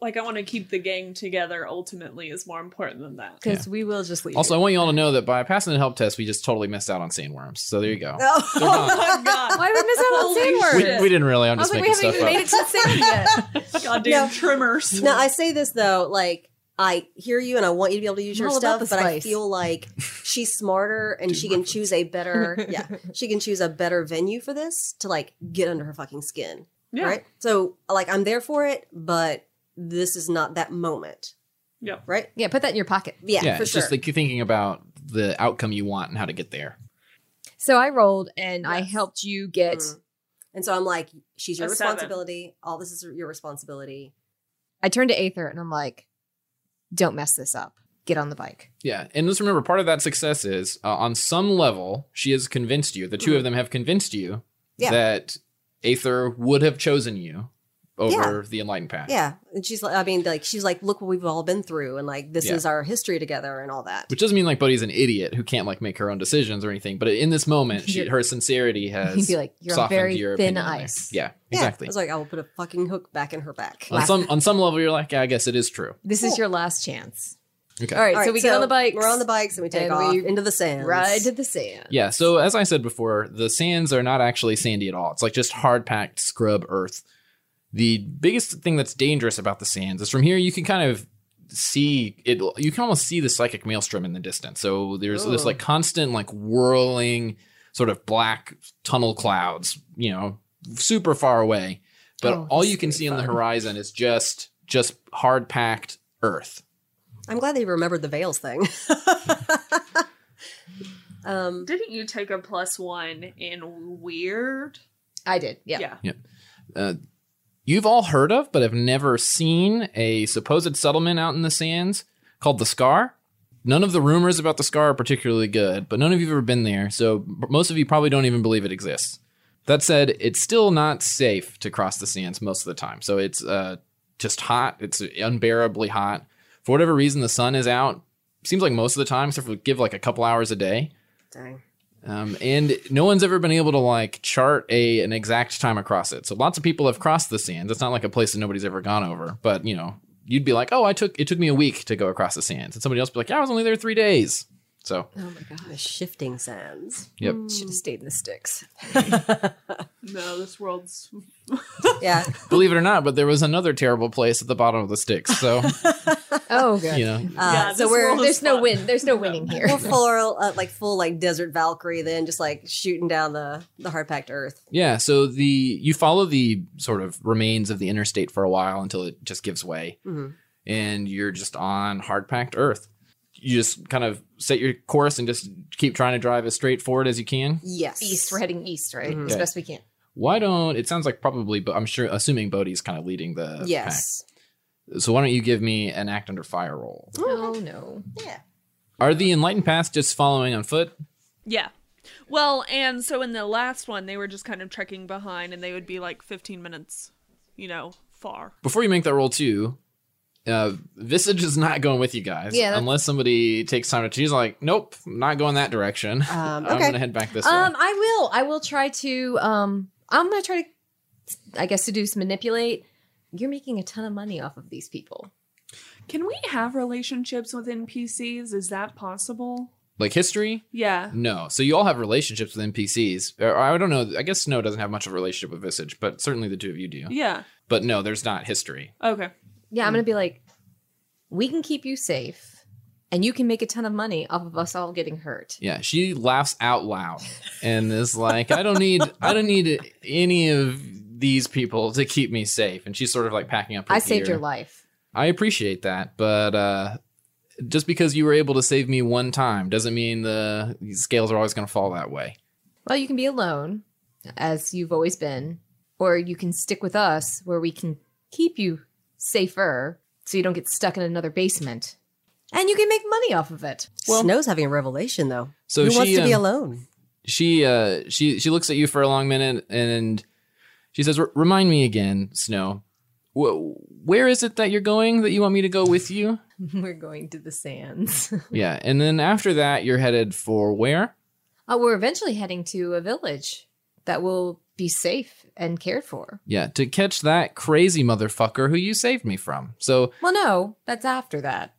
Speaker 5: like I want to keep the gang together ultimately is more important than that.
Speaker 4: Because we will just leave.
Speaker 2: Also, I want you all to know that by passing the help test, we just totally missed out on sandworms. So there you go.
Speaker 3: Oh.
Speaker 2: They're not-
Speaker 5: Oh my god.
Speaker 4: why would we miss out on
Speaker 5: Holy
Speaker 2: We,
Speaker 4: sandworms?
Speaker 5: shit.
Speaker 2: we didn't really. I'm
Speaker 4: I was
Speaker 2: just
Speaker 4: like, we
Speaker 2: making
Speaker 4: haven't
Speaker 2: stuff
Speaker 4: even made
Speaker 2: up.
Speaker 4: it to Sam yet.
Speaker 5: Goddamn
Speaker 3: No.
Speaker 5: trimmers.
Speaker 3: Now I say this though, like I hear you and I want you to be able to use
Speaker 4: I'm
Speaker 3: your
Speaker 4: all about
Speaker 3: stuff,
Speaker 4: the
Speaker 3: but I
Speaker 4: spice.
Speaker 3: feel like she's smarter and
Speaker 2: Dude,
Speaker 3: she can
Speaker 2: reference.
Speaker 3: choose a better yeah, she can choose a better venue for this to like get under her fucking skin.
Speaker 5: Yeah.
Speaker 3: Right? So like I'm there for it, but this is not that moment.
Speaker 5: Yep.
Speaker 3: Right?
Speaker 4: Yeah, put that in your pocket.
Speaker 3: Yeah,
Speaker 2: yeah,
Speaker 3: for
Speaker 2: it's
Speaker 3: sure.
Speaker 2: just like you're thinking about the outcome you want and how to get there.
Speaker 4: So I rolled and I
Speaker 5: Yes.
Speaker 4: helped you get.
Speaker 3: Mm. And so I'm like, she's your
Speaker 5: A seven.
Speaker 3: responsibility. All this is your responsibility.
Speaker 4: I turned to Aether and I'm like, don't mess this up. Get on the bike.
Speaker 2: Yeah, and just remember, part of that success is uh, on some level she has convinced you. The two
Speaker 4: Mm-hmm.
Speaker 2: of them have convinced you
Speaker 3: Yeah.
Speaker 2: that Aether would have chosen you over the Enlightened Path.
Speaker 3: Yeah. And she's like, I mean, like, she's like, look what we've all been through. And like, this
Speaker 2: Yeah.
Speaker 3: is our history together and all that.
Speaker 2: Which doesn't mean like Buddy's an idiot who can't like make her own decisions or anything. But in this moment, she,
Speaker 4: You're-
Speaker 2: her sincerity has
Speaker 4: You'd be like, you're on
Speaker 2: softened
Speaker 4: very
Speaker 2: your
Speaker 4: thin
Speaker 2: opinion on
Speaker 4: ice.
Speaker 2: this. Yeah, exactly.
Speaker 3: Yeah. I was like, I will put a fucking hook back in her back.
Speaker 2: on some on some level, you're like, yeah, I guess it is true.
Speaker 4: This is
Speaker 3: Cool.
Speaker 4: your last chance.
Speaker 2: Okay.
Speaker 4: All right, so we get on the bike.
Speaker 3: We're on the bikes and we take
Speaker 4: and
Speaker 3: off
Speaker 4: we
Speaker 3: into the sand.
Speaker 4: Ride to the sand.
Speaker 2: Yeah, so as I said before, the sands are not actually sandy at all. It's like just hard packed scrub earth. The biggest thing that's dangerous about the sands is from here you can kind of see it you can almost see the psychic maelstrom in the distance. So there's this
Speaker 4: Oh.
Speaker 3: Ooh.
Speaker 2: like constant like whirling sort of black tunnel clouds, you know, super far away. But
Speaker 4: Oh,
Speaker 2: all
Speaker 4: that's
Speaker 2: you can
Speaker 4: gonna be
Speaker 2: see on the
Speaker 4: fun.
Speaker 2: horizon is just just hard packed earth.
Speaker 3: I'm glad they remembered the veils thing. um,
Speaker 5: Didn't you take a plus one in weird?
Speaker 4: I did. Yeah.
Speaker 2: you've all heard of but have never seen a supposed settlement out in the sands called the Scar. None of the rumors about the Scar are particularly good, but none of you have ever been there, so b- most of you probably don't even believe it exists. That said, it's still not safe to cross the sands most of the time. So it's uh, just hot. It's unbearably hot. For whatever reason, the sun is out. Seems like most of the time, except for give like a couple hours a day.
Speaker 3: dang.
Speaker 2: Um, and no one's ever been able to like chart a an exact time across it. So lots of people have crossed the sands. It's not like a place that nobody's ever gone over. But you know, you'd be like, oh, I took it took me a week to go across the sands, and somebody else would be like, yeah, I was only there three days. So
Speaker 4: Oh my god.
Speaker 3: The shifting sands.
Speaker 2: yep,
Speaker 4: Should have stayed in the sticks.
Speaker 5: No, this world's
Speaker 3: Yeah.
Speaker 2: believe it or not, but there was another terrible place at the bottom of the sticks. So
Speaker 4: Oh god.
Speaker 2: you know,
Speaker 3: Uh,
Speaker 5: Yeah,
Speaker 3: so
Speaker 5: this
Speaker 3: we're
Speaker 5: world
Speaker 4: There's
Speaker 5: is
Speaker 4: no
Speaker 5: fun.
Speaker 4: win. There's no winning here.
Speaker 3: we're full uh, like full like desert Valkyrie, then just like shooting down the the hard packed earth.
Speaker 2: yeah. So the you follow the sort of remains of the interstate for a while until it just gives way.
Speaker 3: Mhm.
Speaker 2: and you're just on hard packed earth. You just kind of set your course and just keep trying to drive as straight forward as you can.
Speaker 3: Yes.
Speaker 4: East. We're heading east, right?
Speaker 3: Mhm.
Speaker 4: As
Speaker 2: Yeah.
Speaker 4: best we can.
Speaker 2: Why don't it sounds like probably, but I'm sure assuming Bodhi's kind of leading the
Speaker 3: Yes.
Speaker 2: pack. So why don't you give me an act under fire roll?
Speaker 4: Oh no.
Speaker 3: Yeah.
Speaker 2: Are the enlightened paths just following on foot?
Speaker 5: Yeah. Well, and so in the last one, they were just kind of trekking behind, and they would be like 15 minutes, you know, far.
Speaker 2: Before you make that roll too, uh, Visage is not going with you guys.
Speaker 4: Yeah, that's-
Speaker 2: unless somebody takes time to choose like, nope, I'm not going that direction.
Speaker 3: Um,
Speaker 2: I'm
Speaker 3: okay.
Speaker 2: gonna head back this
Speaker 4: Um,
Speaker 2: way.
Speaker 4: I will. I will try to. Um, I'm gonna try to. I guess seduce, manipulate. You're making a ton of money off of these people.
Speaker 5: Can we have relationships with NPCs? Is that possible?
Speaker 2: Like history?
Speaker 5: Yeah.
Speaker 2: No. So you all have relationships with NPCs. Or, I don't know. I guess Snow doesn't have much of a relationship with Visage, but certainly the two of you do.
Speaker 5: Yeah.
Speaker 2: But no, there's not history.
Speaker 5: Okay.
Speaker 4: Yeah, I'm
Speaker 2: Mm.
Speaker 4: gonna be like, we can keep you safe, and you can make a ton of money off of us all getting hurt.
Speaker 2: Yeah, she laughs out loud and is like, "I don't need, I don't need any of these people to keep me safe." And she's sort of like packing up. Her
Speaker 4: I saved
Speaker 2: gear.
Speaker 4: your life.
Speaker 2: I appreciate that, but uh, just because you were able to save me one time doesn't mean the scales are always going to fall that way.
Speaker 4: Well, you can be alone, as you've always been, or you can stick with us, where we can keep you safer, so you don't get stuck in another basement, and you can make money off of it.
Speaker 3: Snow's having a revelation though.
Speaker 2: So
Speaker 3: Who
Speaker 2: she
Speaker 3: wants to be
Speaker 2: um,
Speaker 3: alone?
Speaker 2: she uh she she looks at you for a long minute and she says, "R- "Remind me again, Snow. Wh- where is it that you're going that you want me to go with you?"
Speaker 4: We're going to the sands.
Speaker 2: yeah, and then after that, you're headed for where?
Speaker 4: Uh, we're eventually heading to a village that will be safe and cared for.
Speaker 2: Yeah, to catch that crazy motherfucker who you saved me from. So
Speaker 4: Well, no, that's after that.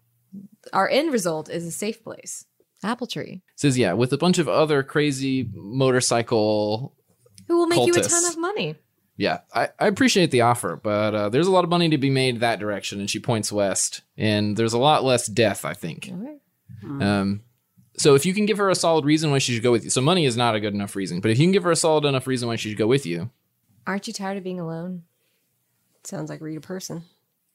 Speaker 4: Our end result is a safe place. Apple tree.
Speaker 2: says, "Yeah, with a bunch of other crazy motorcycle."
Speaker 4: Who will make you a
Speaker 2: Cultists.
Speaker 4: ton of money.
Speaker 2: Yeah, I, I appreciate the offer, but uh, there's a lot of money to be made that direction. And she points west, and there's a lot less death, I think.
Speaker 4: All right.
Speaker 2: Um, so if you can give her a solid reason why she should go with you, so money is not a good enough reason, but if you can give her a solid enough reason why she should go with you,
Speaker 4: Aren't you tired of being alone?
Speaker 3: Sounds like read a person.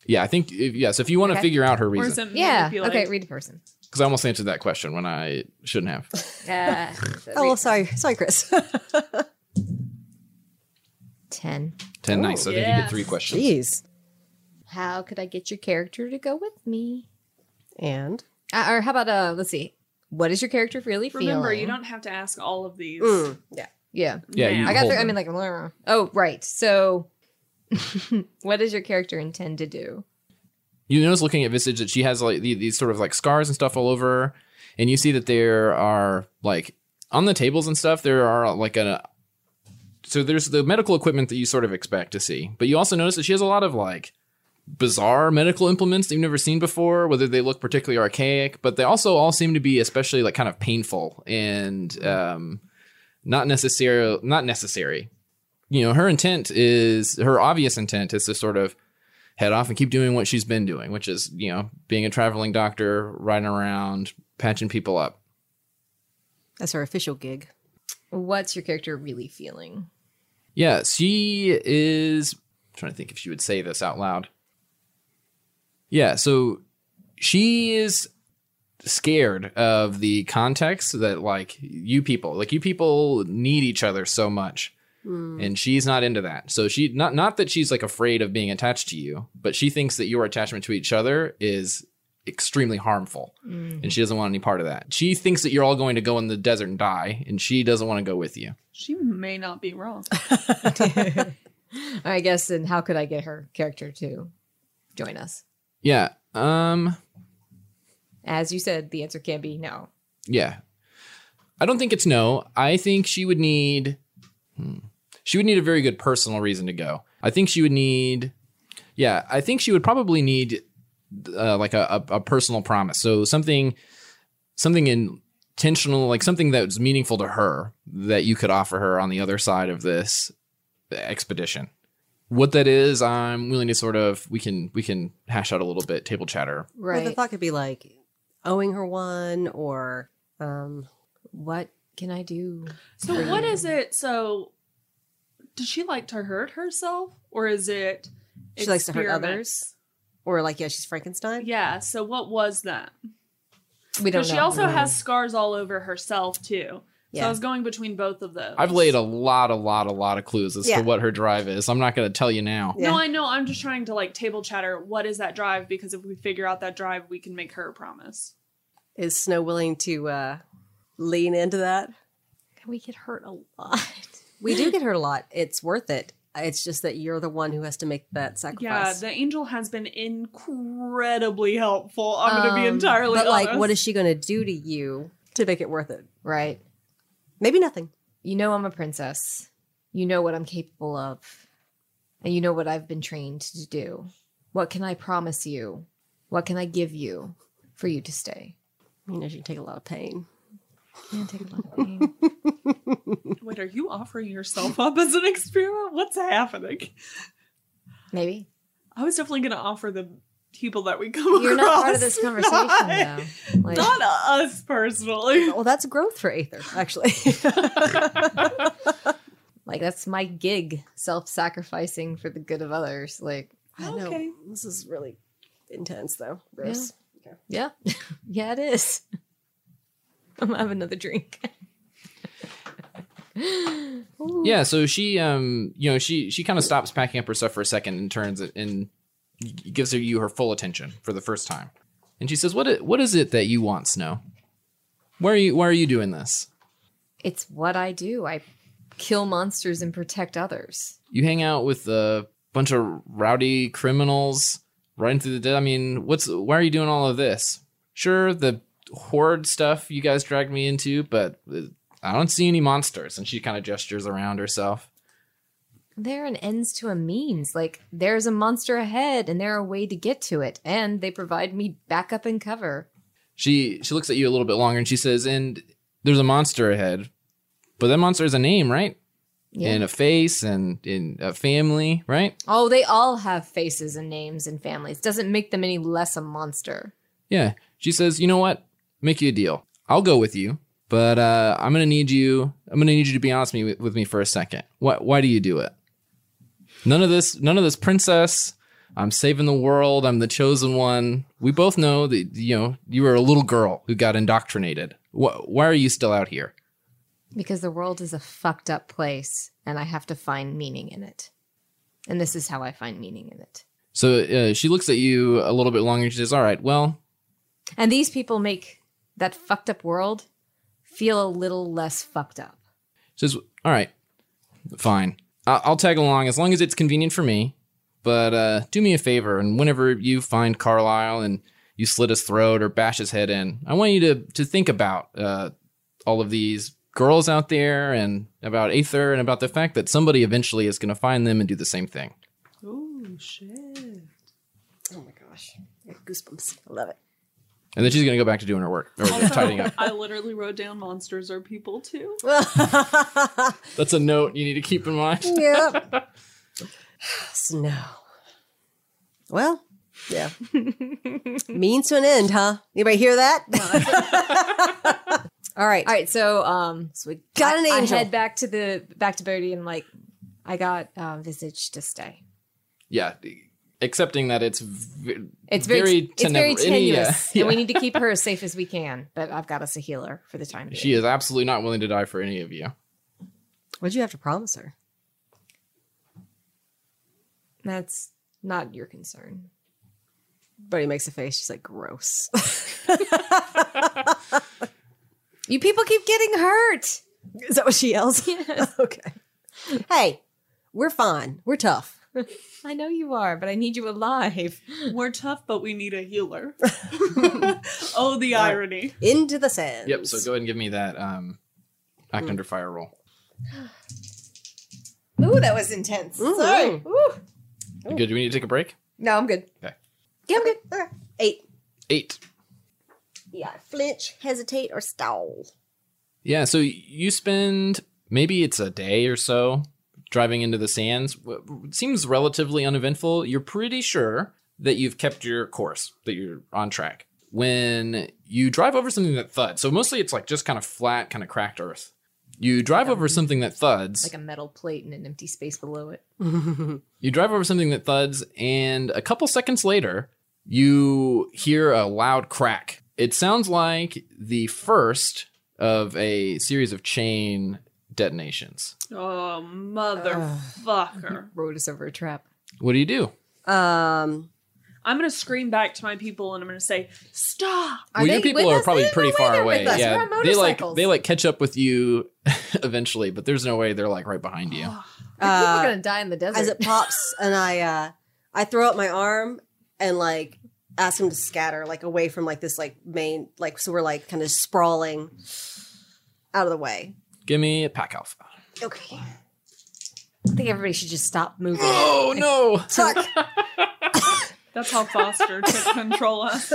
Speaker 2: yeah, I think if, yeah. So if you want to
Speaker 4: Okay.
Speaker 2: figure out her
Speaker 5: Or
Speaker 2: reason,
Speaker 5: something
Speaker 4: Yeah.
Speaker 5: manipulate.
Speaker 4: Okay, read the person.
Speaker 2: because I almost answered that question when I shouldn't have.
Speaker 4: Uh,
Speaker 3: Oh, well,
Speaker 4: read-
Speaker 3: sorry, sorry, Chris.
Speaker 4: 10.
Speaker 2: Ten nice. So I think you
Speaker 5: yeah.
Speaker 2: get three questions.
Speaker 1: Jeez.
Speaker 4: How could I get your character to go with me?
Speaker 1: And
Speaker 4: Uh, or how about, uh, let's see. What is your character really
Speaker 5: Remember,
Speaker 4: feeling?
Speaker 5: you don't have to ask all of these.
Speaker 3: Mm, yeah.
Speaker 4: Yeah.
Speaker 2: Yeah, you-
Speaker 5: now.
Speaker 4: I got
Speaker 2: Hold
Speaker 4: there. I
Speaker 2: on.
Speaker 4: mean, like, oh, right. So, what does your character intend to do?
Speaker 2: you notice looking at Visage that she has like the- these sort of like scars and stuff all over her, and you see that there are like on the tables and stuff there are like a so there's the medical equipment that you sort of expect to see, but you also notice that she has a lot of like bizarre medical implements that you've never seen before. Whether they look particularly archaic, but they also all seem to be especially like kind of painful and um, not necessary. Not necessary. You know, her intent is her obvious intent is to sort of head off and keep doing what she's been doing, which is, you know, being a traveling doctor, riding around, patching people up.
Speaker 3: That's her official gig.
Speaker 4: What's your character really feeling?
Speaker 2: Yeah, she is I'm trying to think if she would say this out loud. Yeah, so she is scared of the context that like you people, like you people need each other so much.
Speaker 3: Mm.
Speaker 2: And she's not into that. So she not not that she's like afraid of being attached to you, but she thinks that your attachment to each other is extremely harmful. And she doesn't want any part of that. She thinks that you're all going to go in the desert and die, and she doesn't want to go with you.
Speaker 5: She may not be wrong.
Speaker 4: Mm. I guess, and how could I get her character to join us?
Speaker 2: Yeah. Um
Speaker 4: As you said, the answer can be no.
Speaker 2: Yeah. I don't think it's no. I think she would need hmm. she would need a very good personal reason to go. I think she would need yeah, I think she would probably need uh, like a, a, a personal promise. So something something intentional, like something that's meaningful to her that you could offer her on the other side of this expedition. What that is, I'm willing to sort of we can we can hash out a little bit table chatter.
Speaker 3: Or the thought could be like owing her one or um
Speaker 4: What can I do?
Speaker 5: So what is it? So does she like to hurt herself, or is it
Speaker 3: She likes to hurt
Speaker 5: experiments?
Speaker 3: or like yeah, she's Frankenstein.
Speaker 5: Yeah. So what was that?
Speaker 4: We don't
Speaker 5: Because
Speaker 4: know.
Speaker 5: she also has scars all over herself too. So
Speaker 3: Yeah.
Speaker 5: I was going between both of those.
Speaker 2: I've laid a lot, a lot, a lot of clues as
Speaker 3: Yeah.
Speaker 2: to what her drive is. I'm not going to tell you now.
Speaker 3: Yeah.
Speaker 5: No, I know. I'm just trying to like table chatter. What is that drive? Because if we figure out that drive, we can make her a promise.
Speaker 3: Is Snow willing to uh lean into that?
Speaker 4: We get hurt a lot.
Speaker 3: We do get hurt a lot. It's worth it. It's just that you're the one who has to make that
Speaker 5: Yeah,
Speaker 3: sacrifice.
Speaker 5: the angel has been incredibly helpful. I'm going to be
Speaker 4: Um,
Speaker 5: entirely
Speaker 3: but like
Speaker 5: honest.
Speaker 3: what is she gonna do to you to make it worth it?
Speaker 4: Right.
Speaker 3: Maybe nothing.
Speaker 4: You know, I'm a princess. You know what I'm capable of. And you know what I've been trained to do. What can I promise you? What can I give you for you to stay?
Speaker 3: You know, she can take a lot of pain.
Speaker 4: Yeah, take a lot of pain.
Speaker 5: Wait, are you offering yourself up as an experiment? What's happening?
Speaker 4: Maybe.
Speaker 5: I was definitely going to offer the people that we come
Speaker 4: You're
Speaker 5: across.
Speaker 4: not part of this conversation,
Speaker 5: Not,
Speaker 4: though. Like,
Speaker 5: not us personally.
Speaker 3: Well, that's growth for Aether, actually.
Speaker 4: like, that's my gig, self sacrificing for the good of others. Like,
Speaker 3: I know.
Speaker 5: Okay.
Speaker 3: This is really intense though.
Speaker 4: Gross.
Speaker 3: Gross.
Speaker 4: yeah, yeah, it is. I'm gonna have another drink. Ooh.
Speaker 2: Yeah, so she, um, you know, she she kind of stops packing up her stuff for a second and turns it and gives her you her full attention for the first time. And she says, "What i- what is it that you want, Snow? Why are you why are you doing this?
Speaker 4: It's what I do. I kill monsters and protect others.
Speaker 2: You hang out with a bunch of rowdy criminals riding through the dead. I mean, what's why are you doing all of this? Sure, the horde stuff you guys dragged me into, but uh, I don't see any monsters. And she kind of gestures around herself.
Speaker 4: There are an ends to a means. Like there's a monster ahead and there are a way to get to it. And they provide me backup and cover.
Speaker 2: She she looks at you a little bit longer and she says, "And there's a monster ahead, but that monster has a name, right?
Speaker 4: Yeah.
Speaker 2: And a face, and in a family, right?
Speaker 4: oh, they all have faces and names and families. Doesn't make them any less a monster.
Speaker 2: Yeah. She says, you know what? Make you a deal. I'll go with you, but uh, I'm gonna need you. I'm gonna need you to be honest me, with me for a second. Why? Why do you do it? None of this. None of this princess. I'm saving the world. I'm the chosen one. We both know that you know you were a little girl who got indoctrinated. Wh- why are you still out here?
Speaker 4: Because the world is a fucked up place and I have to find meaning in it. And this is how I find meaning in it.
Speaker 2: So uh, she looks at you a little bit longer. and She says, "All right, well,
Speaker 4: And these people make that fucked up world feel a little less fucked up.
Speaker 2: says, "All right, fine. I- I'll tag along as long as it's convenient for me. But uh, do me a favor, and whenever you find Carlisle and you slit his throat or bash his head in, I want you to to think about uh, all of these girls out there, and about Aether, and about the fact that somebody eventually is going to find them and do the same thing."
Speaker 5: Oh shit.
Speaker 3: Oh my gosh. I got goosebumps. I love it.
Speaker 2: And then she's going to go back to doing her work or tidying up.
Speaker 5: I literally wrote down monsters are people too.
Speaker 2: That's a note you need to keep in mind.
Speaker 3: yep. Snow. Well, yeah. Means to an end, huh? Anybody hear that? All right.
Speaker 4: All right, so um
Speaker 3: So we got an
Speaker 4: I-
Speaker 3: angel.
Speaker 4: I head back to the back to Bodhi and like I got uh, Visage to stay.
Speaker 2: Yeah, accepting that it's v-
Speaker 4: It's very,
Speaker 2: Very
Speaker 4: it's very
Speaker 2: tenebr- any, uh,
Speaker 4: tenuous,
Speaker 2: yeah.
Speaker 4: and we need to keep her as safe as we can. But I've got us a healer for the time being.
Speaker 2: she is absolutely not willing to die for any of you.
Speaker 3: What'd you have to promise her?
Speaker 4: That's not your concern.
Speaker 3: Buddy makes a face. She's like, gross.
Speaker 4: You people keep getting hurt.
Speaker 3: Is that what she yells?
Speaker 4: Yes,
Speaker 3: okay. Hey, we're fine. We're tough.
Speaker 4: I know you are, but I need you alive.
Speaker 5: We're tough, but we need a healer. oh, the irony.
Speaker 3: Into the sand.
Speaker 2: Yep. So go ahead and give me that um, act
Speaker 4: Hmm.
Speaker 2: under fire roll.
Speaker 4: Ooh, that was intense.
Speaker 3: Ooh.
Speaker 4: Sorry. Ooh.
Speaker 2: You Good. Do we need to take a break?
Speaker 4: No, I'm good.
Speaker 2: Okay.
Speaker 4: Yeah, I'm good.
Speaker 3: Eight.
Speaker 2: Eight.
Speaker 3: Yeah. Flinch, hesitate, or stall.
Speaker 2: Yeah. So you spend maybe it's a day or so driving into the sands. W- Seems relatively uneventful. You're pretty sure that you've kept your course, that you're on track. When you drive over something that thuds, so mostly it's like just kind of flat, kind of cracked earth. You drive over something that thuds.
Speaker 4: Like a metal plate and an empty space below it.
Speaker 3: Um,
Speaker 2: You drive over something that thuds, and a couple seconds later, you hear a loud crack. It sounds like the first of a series of chain detonations.
Speaker 5: Oh, motherfucker.
Speaker 4: Rode us over a trap.
Speaker 2: What do you do?
Speaker 3: um.
Speaker 5: I'm going to scream back to my people and I'm going to say, stop.
Speaker 4: Are
Speaker 2: well,
Speaker 4: they
Speaker 2: your people
Speaker 4: with
Speaker 2: are
Speaker 4: us?
Speaker 2: probably
Speaker 4: There's no
Speaker 2: pretty
Speaker 4: way
Speaker 2: far
Speaker 4: they're
Speaker 2: away.
Speaker 4: with us. We're
Speaker 2: Yeah,
Speaker 4: on
Speaker 2: they like
Speaker 4: motorcycles.
Speaker 2: they like catch up with you eventually, but there's no way they're like right behind you.
Speaker 4: people
Speaker 3: uh,
Speaker 4: are gonna die in the desert.
Speaker 3: as it pops and I uh I throw up my arm and like ask him to scatter like away from like this like main like so we're like kind of sprawling out of the way.
Speaker 2: Give me a pack alpha.
Speaker 3: Okay.
Speaker 4: I think everybody should just stop moving.
Speaker 2: Oh no!
Speaker 3: Tuck.
Speaker 5: That's how Foster took control of us.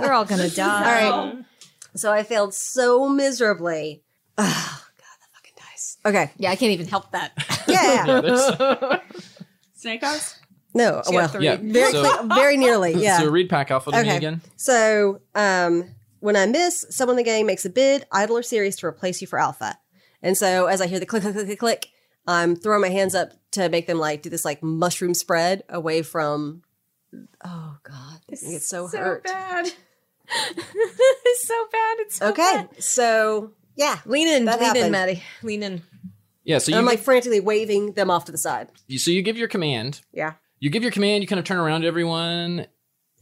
Speaker 4: We're all gonna die.
Speaker 3: All right. So I failed so miserably. Oh god, that fucking dice. Okay.
Speaker 4: Yeah, I can't even help that.
Speaker 3: Yeah.
Speaker 2: Yeah, that's-
Speaker 5: Snake eyes?
Speaker 3: No,
Speaker 5: She
Speaker 3: well
Speaker 5: had three.
Speaker 2: yeah.
Speaker 3: very
Speaker 2: so,
Speaker 3: cl- very nearly. Yeah.
Speaker 2: so read pack alpha to me
Speaker 3: Okay.
Speaker 2: again.
Speaker 3: So, um, when I miss, someone in the gang makes a bid, idle or serious, to replace you for alpha. And so, as I hear the click, click, click, click, click, I'm throwing my hands up to make them like do this like mushroom spread away from. Oh God, this gets so, hurt.
Speaker 4: bad. it's so bad. It's so
Speaker 3: Okay,
Speaker 4: bad.
Speaker 3: so yeah,
Speaker 4: Lean in,
Speaker 3: That
Speaker 4: lean in,
Speaker 3: happened.
Speaker 4: Maddie. Lean in.
Speaker 2: Yeah, so
Speaker 3: and
Speaker 2: you
Speaker 3: I'm like frantically waving them off to the side.
Speaker 2: you- so you give your command.
Speaker 3: Yeah.
Speaker 2: You give your command. You kind of turn around to everyone,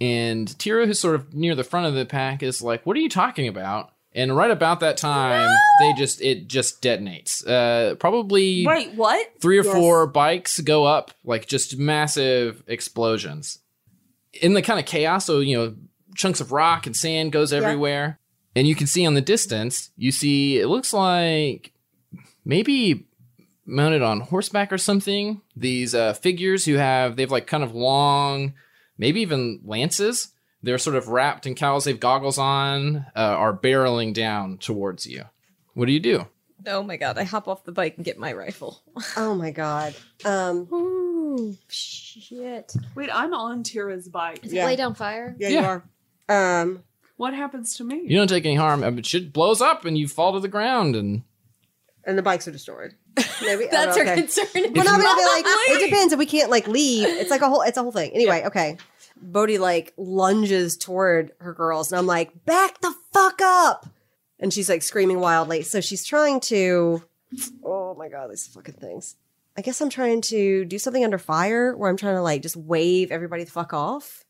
Speaker 2: and Tira, who's sort of near the front of the pack, is like, "What are you talking about?" And right about that time, they just it just detonates. Uh, probably
Speaker 5: Wait, what?
Speaker 2: three or
Speaker 3: Yes.
Speaker 2: four bikes go up, like just massive explosions. In the kind of chaos, so you know, chunks of rock and sand goes everywhere. And you can see on the distance, you see it looks like maybe mounted on horseback or something. These uh, figures who have they've like kind of long, maybe even lances. They're sort of wrapped in cowls. They've goggles on. Uh, are barreling down towards you. What do you do?
Speaker 6: Oh my god, I hop off the bike and get my rifle.
Speaker 3: Oh my god. Um,
Speaker 4: Ooh, shit.
Speaker 5: Wait, I'm on Tira's bike.
Speaker 4: Is
Speaker 3: Yeah.
Speaker 4: it laid on fire?
Speaker 3: yeah,
Speaker 2: Yeah.
Speaker 3: you are. Um,
Speaker 5: What happens to me?
Speaker 2: You don't take any harm. It shit blows up and you fall to the ground and
Speaker 3: and the bikes are destroyed. Maybe
Speaker 6: That's
Speaker 3: oh,
Speaker 6: her
Speaker 3: okay.
Speaker 6: concern.
Speaker 3: We're not gonna be like.
Speaker 6: Probably.
Speaker 3: It depends if we can't like leave. It's like a whole. It's a whole thing. Anyway, okay. Bodhi like lunges toward her girls, and I'm like, back the fuck up. And she's like screaming wildly. So she's trying to. Oh my god, these fucking things. I guess I'm trying to do something under fire, where I'm trying to like just wave everybody the fuck off.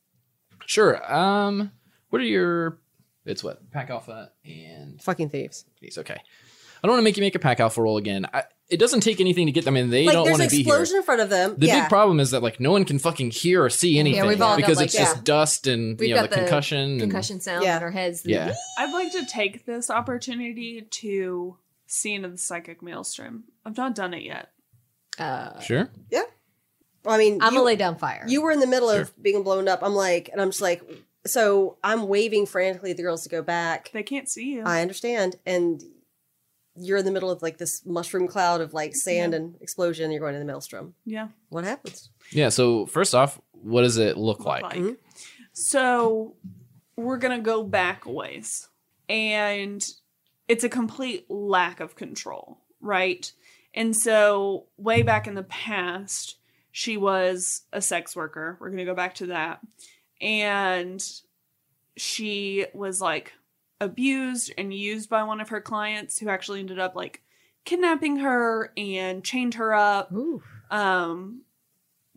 Speaker 2: sure. Um, what are your? It's what pack alpha and
Speaker 3: Fucking thieves.
Speaker 2: these. Okay, I don't want to make you make a pack alpha roll again. I, it doesn't take anything to get them in. They
Speaker 3: like
Speaker 2: don't
Speaker 3: there's
Speaker 2: want
Speaker 3: an
Speaker 2: to be here.
Speaker 3: explosion in front of them.
Speaker 2: The
Speaker 3: yeah.
Speaker 2: big problem is that like no one can fucking hear or see anything
Speaker 4: we've all got,
Speaker 2: because
Speaker 4: like,
Speaker 2: it's just
Speaker 3: yeah.
Speaker 2: dust and
Speaker 4: We've
Speaker 2: you know the
Speaker 4: got the
Speaker 2: concussion.
Speaker 4: Concussion sound
Speaker 3: Yeah.
Speaker 4: in our heads.
Speaker 2: And, yeah.
Speaker 5: I'd like to take this opportunity to see into the psychic maelstrom. I've not done it yet.
Speaker 4: Uh,
Speaker 2: Sure.
Speaker 3: I mean,
Speaker 4: I'm
Speaker 3: you-
Speaker 4: gonna lay down fire.
Speaker 3: You were in the middle
Speaker 2: Sure.
Speaker 3: of being blown up. I'm like, and I'm just like, so I'm waving frantically at the girls to go back.
Speaker 5: They can't see you.
Speaker 3: I understand. And you're in the middle of like this mushroom cloud of like sand and explosion. And you're going to the maelstrom.
Speaker 5: yeah.
Speaker 3: What happens?
Speaker 2: Yeah. So first off, what does it look like?
Speaker 5: like.
Speaker 3: Mhm.
Speaker 5: So we're gonna go back a ways, and it's a complete lack of control, right? And so way back in the past, she was a sex worker. We're gonna go back to that, and she was like abused and used by one of her clients who actually ended up like kidnapping her and chained her up
Speaker 4: Ooh.
Speaker 5: um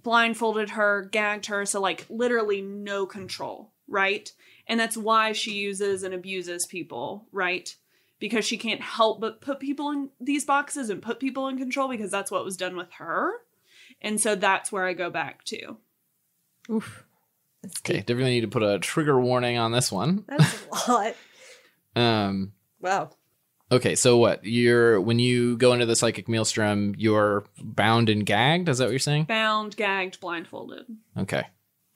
Speaker 5: blindfolded her gagged her so like literally no control right and that's why she uses and abuses people right because she can't help but put people in these boxes and put people in control because that's what was done with her and so that's where i go back to
Speaker 2: Okay. Definitely need to put a trigger warning on this one.
Speaker 3: That's a lot.
Speaker 2: Um.
Speaker 3: Wow.
Speaker 2: Okay, so what? You're when you go into the psychic maelstrom, you're bound and gagged. Is that what you're saying?
Speaker 5: bound gagged blindfolded
Speaker 2: Okay,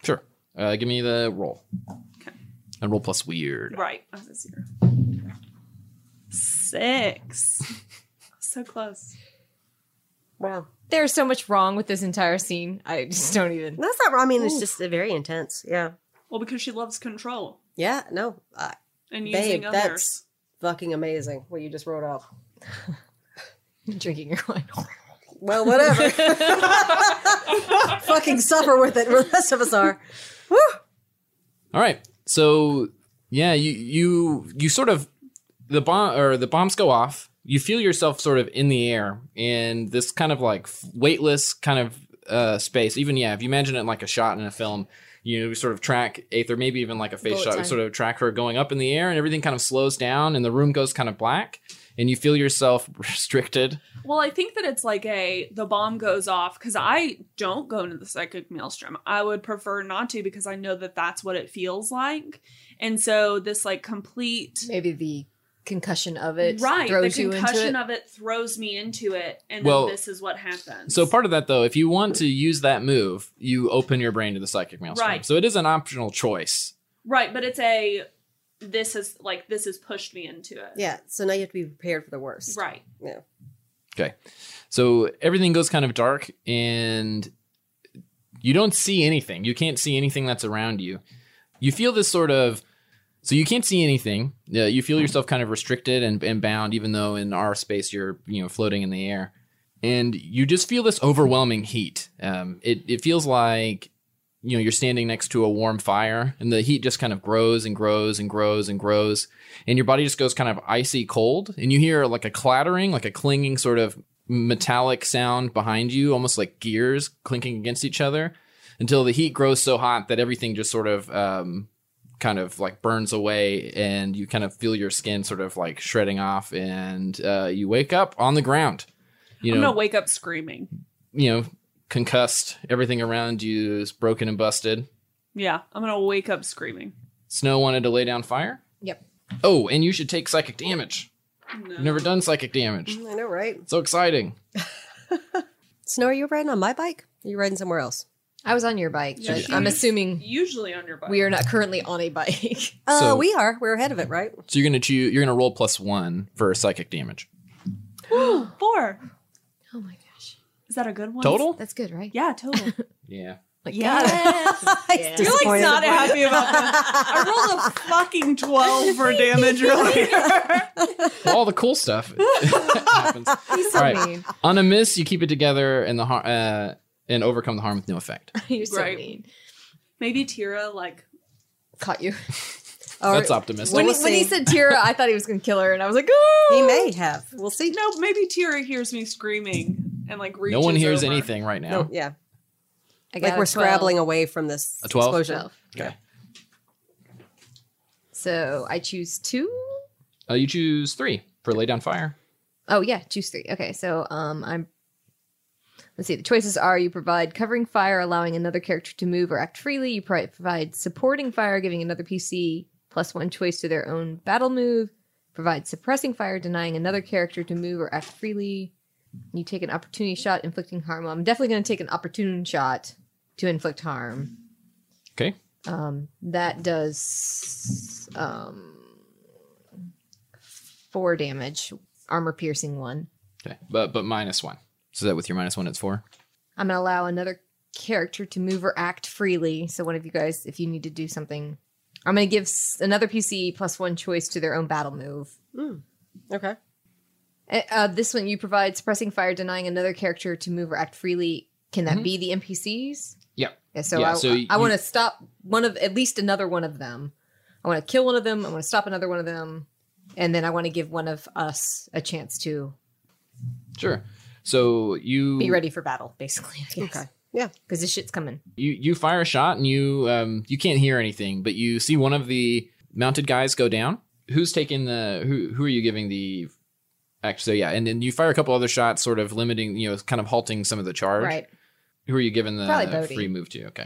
Speaker 2: sure. Uh, give me the roll.
Speaker 5: Okay.
Speaker 2: And roll plus weird.
Speaker 5: right that's a zero six so close
Speaker 3: Wow.
Speaker 4: There's so much wrong with this entire scene. I just don't even.
Speaker 3: That's not wrong. I mean, it's just uh, very intense. Yeah.
Speaker 5: well because she loves control
Speaker 3: Yeah. No. Uh,
Speaker 5: and
Speaker 3: Babe,
Speaker 5: using
Speaker 3: that's-
Speaker 5: others
Speaker 3: fucking amazing what you just wrote up.
Speaker 4: Drinking your wine.
Speaker 3: Well, whatever. fucking suffer with it. where The rest of us are.
Speaker 2: All right. So yeah, you you you sort of the bomb or the bombs go off. You feel yourself sort of in the air in this kind of like f- weightless kind of uh, space. Even yeah, if you imagine it like a shot in a film, you sort of track Aether, maybe even like a face
Speaker 4: Bullet
Speaker 2: shot. You
Speaker 4: time.
Speaker 2: sort of track her going up in the air, and everything kind of slows down, and the room goes kind of black, and you feel yourself restricted.
Speaker 5: Well, I think that it's like a the bomb goes off because I don't go into the psychic maelstrom. I would prefer not to because I know that that's what it feels like, and so this like complete
Speaker 4: Maybe the concussion of it
Speaker 5: right the
Speaker 4: throws you into
Speaker 5: concussion
Speaker 4: it.
Speaker 5: of it throws me into it, and
Speaker 2: Well,
Speaker 5: then this is what happens.
Speaker 2: So part of that though, if you want to use that move, you open your brain to the psychic maelstrom.
Speaker 5: Right.
Speaker 2: So it is an optional choice.
Speaker 5: right, but it's a this is like this has pushed me into it.
Speaker 3: Yeah. So now you have to be prepared for the worst.
Speaker 5: right.
Speaker 3: Yeah.
Speaker 2: So everything goes kind of dark and you don't see anything. You can't see anything that's around you. You feel this sort of so you can't see anything. Yeah, you feel yourself kind of restricted and, and bound, even though in our space you're you know floating in the air, and you just feel this overwhelming heat. Um, it it feels like you know you're standing next to a warm fire, and the heat just kind of grows and grows and grows and grows, and your body just goes kind of icy cold, and you hear like a clattering, like a clinging sort of metallic sound behind you, almost like gears clinking against each other, until the heat grows so hot that everything just sort of um, kind of like burns away and you kind of feel your skin sort of like shredding off and uh, you wake up on the ground you
Speaker 5: I'm
Speaker 2: know
Speaker 5: gonna wake up screaming.
Speaker 2: you know concussed everything around you is broken and busted
Speaker 5: Yeah, I'm gonna wake up screaming.
Speaker 2: snow wanted to lay down fire
Speaker 4: Yep.
Speaker 2: oh and you should take psychic damage
Speaker 5: No.
Speaker 2: you've never done psychic damage
Speaker 3: Mm, I know, right?
Speaker 2: so exciting
Speaker 3: Snow, are you riding on my bike? Are you riding somewhere else?
Speaker 4: I was on your bike.
Speaker 2: Yeah,
Speaker 4: but
Speaker 2: she
Speaker 4: I'm
Speaker 5: was-
Speaker 4: assuming
Speaker 5: Usually on your bike.
Speaker 4: we are not currently on a bike.
Speaker 3: Uh,
Speaker 2: So-
Speaker 3: we are. We're ahead of it, right?
Speaker 2: so you're gonna choose you're gonna roll plus one for psychic damage
Speaker 5: Four.
Speaker 4: Oh my gosh.
Speaker 5: Is that a good one?
Speaker 2: total
Speaker 4: That's good, right?
Speaker 5: Yeah, total.
Speaker 2: yeah
Speaker 4: Like,
Speaker 5: Yeah.
Speaker 4: You're, like,
Speaker 3: He's disappointed.
Speaker 5: not happy about I rolled a fucking twelve for damage earlier.
Speaker 2: all the cool stuff happens
Speaker 4: He's so
Speaker 2: All right.
Speaker 4: mean.
Speaker 2: on a miss you keep it together and the har- uh, and overcome the harm with no effect
Speaker 4: You're so
Speaker 5: Right.
Speaker 4: mean.
Speaker 5: Maybe Tira like
Speaker 4: Caught you.
Speaker 3: Or-
Speaker 2: that's optimistic
Speaker 4: When,
Speaker 3: we'll
Speaker 4: he, when he
Speaker 3: see.
Speaker 4: said Tira, I thought he was going to kill her, and I was like, oh!
Speaker 3: He may have. We'll see.
Speaker 5: no, maybe Tira hears me screaming and like reaches
Speaker 2: no one hears
Speaker 5: over.
Speaker 2: anything right now
Speaker 3: No, yeah.
Speaker 4: I got
Speaker 3: Like
Speaker 4: a
Speaker 3: we're
Speaker 4: 12.
Speaker 3: scrabbling away from this
Speaker 2: A 12?
Speaker 3: explosion.
Speaker 4: 12.
Speaker 2: Okay.
Speaker 4: So I choose two.
Speaker 2: Uh, you choose three for lay down fire.
Speaker 4: Oh yeah, choose three. Okay, so um, I'm. Let's see. The choices are: you provide covering fire, allowing another character to move or act freely. You pri- provide supporting fire, giving another PC plus one choice to their own battle move. Provide suppressing fire, denying another character to move or act freely. You take an opportunity shot, inflicting harm. Well, I'm definitely going to take an opportune shot to inflict harm.
Speaker 2: Okay.
Speaker 4: Um, that does um four damage, armor piercing one.
Speaker 2: Okay. But but minus one. So that with your minus one, it's four.
Speaker 4: I'm gonna allow another character to move or act freely. So one of you guys, if you need to do something, I'm gonna give s- another PC plus one choice to their own battle move.
Speaker 3: Okay.
Speaker 4: Uh, uh, this one you provide suppressing fire, denying another character to move or act freely. Can that be the NPCs?
Speaker 2: Yep.
Speaker 4: Yeah, so
Speaker 2: Yeah,
Speaker 4: I,
Speaker 2: so
Speaker 4: I,
Speaker 2: you-
Speaker 4: want to stop one of at least another one of them. I want to kill one of them. I want to stop another one of them, and then I want to give one of us a chance to
Speaker 2: Sure. So you
Speaker 4: be ready for battle, basically. I guess.
Speaker 3: Okay. Yeah.
Speaker 4: because this shit's coming.
Speaker 2: you you fire a shot and you um you can't hear anything, but you see one of the mounted guys go down. Who's taking the who who are you giving the actually yeah, and then you fire a couple other shots, sort of limiting, you know, kind of halting some of the charge.
Speaker 4: Right.
Speaker 2: Who are you giving
Speaker 4: Probably
Speaker 2: the
Speaker 4: Bodhi.
Speaker 2: free move to? Okay.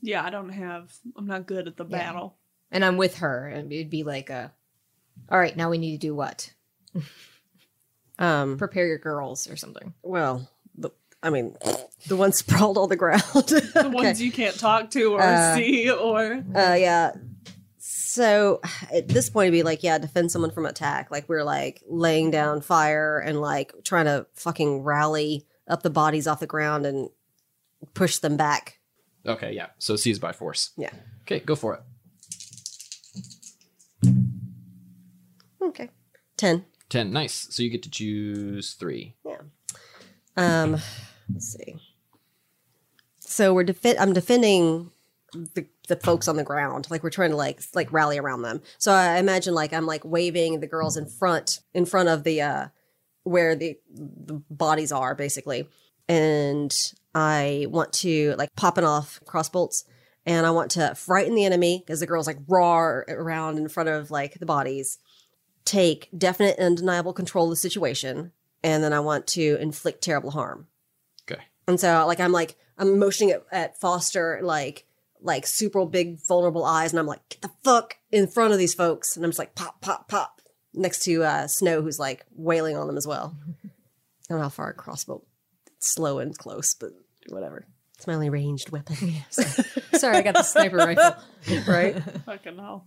Speaker 5: Yeah, I don't have I'm not good at the
Speaker 4: Yeah.
Speaker 5: battle.
Speaker 4: And I'm with her, and it'd be like a, all right, now we need to do what?
Speaker 3: Um.
Speaker 4: Prepare your girls or something.
Speaker 3: Well, the, I mean, the one sprawled on the ground.
Speaker 5: The ones you can't talk to or
Speaker 3: Uh,
Speaker 5: see or
Speaker 3: Uh, yeah. So at this point, it'd be like, yeah, defend someone from attack. Like we're like laying down fire and like trying to fucking rally up the bodies off the ground and push them back.
Speaker 2: Okay, yeah. So seized by force.
Speaker 3: Yeah.
Speaker 2: Okay, go for it.
Speaker 3: Okay. Ten.
Speaker 2: Ten. Nice. So you get to choose three.
Speaker 3: Um, let's see. So we're defend. I'm defending the, the folks on the ground. Like we're trying to like s- like rally around them. So I imagine like I'm like waving the girls in front in front of the uh where the the bodies are basically, and I want to like popping off crossbolts. And I want to frighten the enemy as the girls like roar around in front of like the bodies, take definite and undeniable control of the situation, and then I want to inflict terrible harm.
Speaker 2: Okay.
Speaker 3: And so like I'm like I'm motioning at, at Foster like like super big vulnerable eyes, and I'm like get the fuck in front of these folks, and I'm just like pop pop pop next to uh, Snow who's like wailing on them as well. I don't know how far across, but it's slow and close, but whatever. It's my only ranged weapon,
Speaker 4: Sorry, I got the sniper rifle.
Speaker 3: right?
Speaker 5: fucking hell.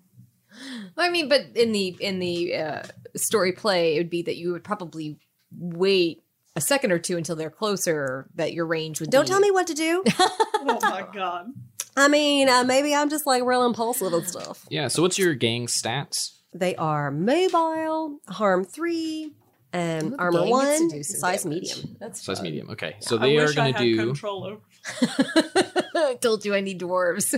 Speaker 4: I mean, but in the in the uh, story play, it would be that you would probably wait a second or two until they're closer. That your range would.
Speaker 3: Don't
Speaker 4: be-
Speaker 3: tell me what to do.
Speaker 5: Oh my god.
Speaker 3: I mean, uh, maybe I'm just like real impulsive and stuff.
Speaker 2: Yeah. So what's your gang stats?
Speaker 3: They are mobile, harm three,
Speaker 4: Ooh,
Speaker 3: and
Speaker 4: the
Speaker 3: armor
Speaker 4: gang gets to
Speaker 3: one,
Speaker 4: do some
Speaker 3: size
Speaker 4: damage.
Speaker 3: medium.
Speaker 4: That's
Speaker 2: Size
Speaker 4: fun.
Speaker 2: medium. Okay. So
Speaker 5: Uh, I
Speaker 2: they
Speaker 5: wish
Speaker 2: are going to
Speaker 5: I had
Speaker 2: do.
Speaker 5: control over
Speaker 4: Told you I need dwarves.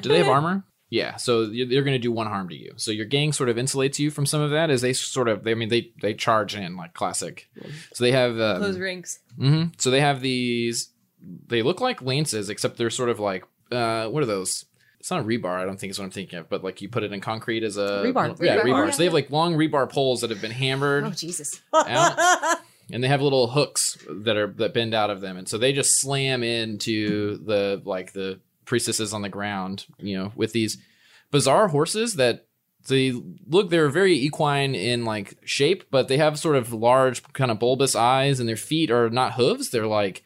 Speaker 2: Do they have armor? Yeah. So y- they're going to do one harm to you. So your gang sort of insulates you from some of that as they sort of. They, I mean, they they charge in like classic. So they have. Um,
Speaker 6: Close ranks.
Speaker 2: mhm. So they have these. They look like lances, except they're sort of like uh, what are those? It's not a rebar. I don't think is what I'm thinking of, but like you put it in concrete as a
Speaker 3: Rebar.
Speaker 2: Yeah,
Speaker 4: Rebar.
Speaker 2: rebar. So they have like long rebar poles that have been hammered.
Speaker 3: Oh Jesus!
Speaker 2: Out. and they have little hooks that are that bend out of them and so they just slam into the like the priestesses on the ground you know with these bizarre horses that they look they're very equine in like shape but they have sort of large kind of bulbous eyes and their feet are not hooves they're like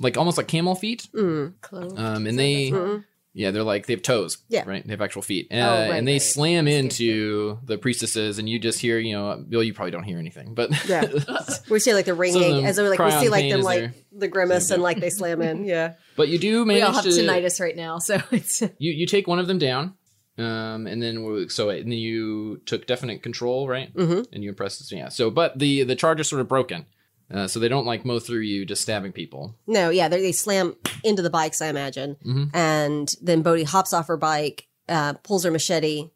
Speaker 2: like almost like camel feet
Speaker 3: Mm.
Speaker 4: Clove.
Speaker 2: um and they
Speaker 4: Mm-hmm.
Speaker 3: Mm.
Speaker 2: yeah, they're like they have toes.
Speaker 3: Yeah.
Speaker 2: Right. They have actual feet. Uh,
Speaker 4: Oh, right,
Speaker 2: and they
Speaker 4: right.
Speaker 2: slam
Speaker 4: That's
Speaker 2: into the priestesses, and you just hear, you know, Bill, you probably don't hear anything, but
Speaker 3: Yeah. We see like the ringing
Speaker 2: them
Speaker 3: as though like
Speaker 2: cry
Speaker 3: we
Speaker 2: on
Speaker 3: see like
Speaker 2: pain
Speaker 3: them
Speaker 2: as
Speaker 3: like
Speaker 2: they're-
Speaker 3: the grimace
Speaker 2: Yeah.
Speaker 3: and like they slam in. Yeah.
Speaker 2: but you do manage
Speaker 4: we all have
Speaker 2: to
Speaker 4: tinnitus right now, so it's
Speaker 2: You you take one of them down, um, and then we- so and then you took definite control, right?
Speaker 3: Mhm.
Speaker 5: Mm-hmm.
Speaker 2: And you impressed us, yeah. So, but the the charge is sort of broken, uh, so they don't like mow through you, just stabbing people.
Speaker 3: No. Yeah. They, they slam into the bikes. I imagine.
Speaker 2: Mhm.
Speaker 3: And then Bodhi hops off her bike, uh, pulls her machete,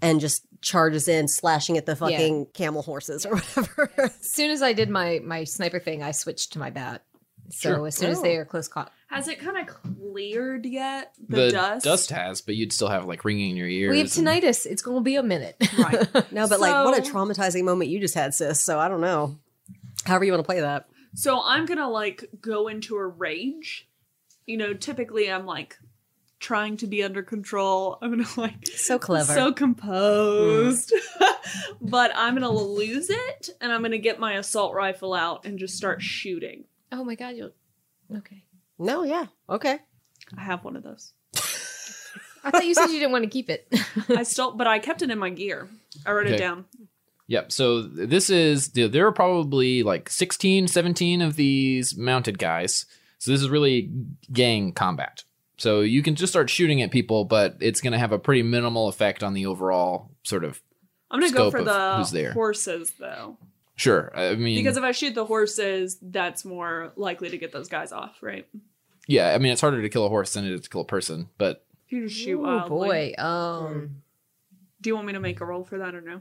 Speaker 3: and just charges in, slashing at the fucking camel horses or whatever.
Speaker 4: as soon as I did my my sniper thing, I switched to my bat. So
Speaker 2: Sure.
Speaker 4: as soon as
Speaker 3: Oh.
Speaker 4: they are close caught,
Speaker 5: Has it kind of cleared yet? The,
Speaker 2: The,
Speaker 5: dust.
Speaker 2: has, but you'd still have like ringing in your ears.
Speaker 4: we have
Speaker 2: and-
Speaker 4: tinnitus. It's going to be a minute.
Speaker 5: Right.
Speaker 3: no, but like what a
Speaker 5: So-
Speaker 3: traumatizing moment you just had, sis. So I don't know. However you want to play that.
Speaker 5: So I'm gonna like go into a rage. You know, typically I'm like trying to be under control. I'm gonna like
Speaker 3: So clever.
Speaker 5: so composed,
Speaker 2: Mm.
Speaker 5: but I'm gonna lose it, and I'm gonna get my assault rifle out and just start shooting.
Speaker 4: oh my god! You'll okay.
Speaker 3: no. Yeah. Okay.
Speaker 5: I have one of those.
Speaker 4: I thought you said you didn't want to keep it.
Speaker 5: I still, but I kept it in my gear. I wrote
Speaker 2: Okay.
Speaker 5: it down.
Speaker 2: Yep. So th- this is th- there are probably like 16, 17 of these mounted guys. So this is really gang combat. So you can just start shooting at people, but it's going to have a pretty minimal effect on the overall sort of.
Speaker 5: I'm gonna
Speaker 2: Scope
Speaker 5: go for
Speaker 2: of who's
Speaker 5: the
Speaker 2: there.
Speaker 5: horses though,
Speaker 2: Sure. I mean,
Speaker 5: because if I shoot the horses, that's more likely to get those guys off, right?
Speaker 2: yeah, I mean, it's harder to kill a horse than it is to kill a person, but
Speaker 5: If you just shoot
Speaker 4: oh
Speaker 5: wildly.
Speaker 4: boy. Um.
Speaker 5: Do you want me to make a roll for that or no?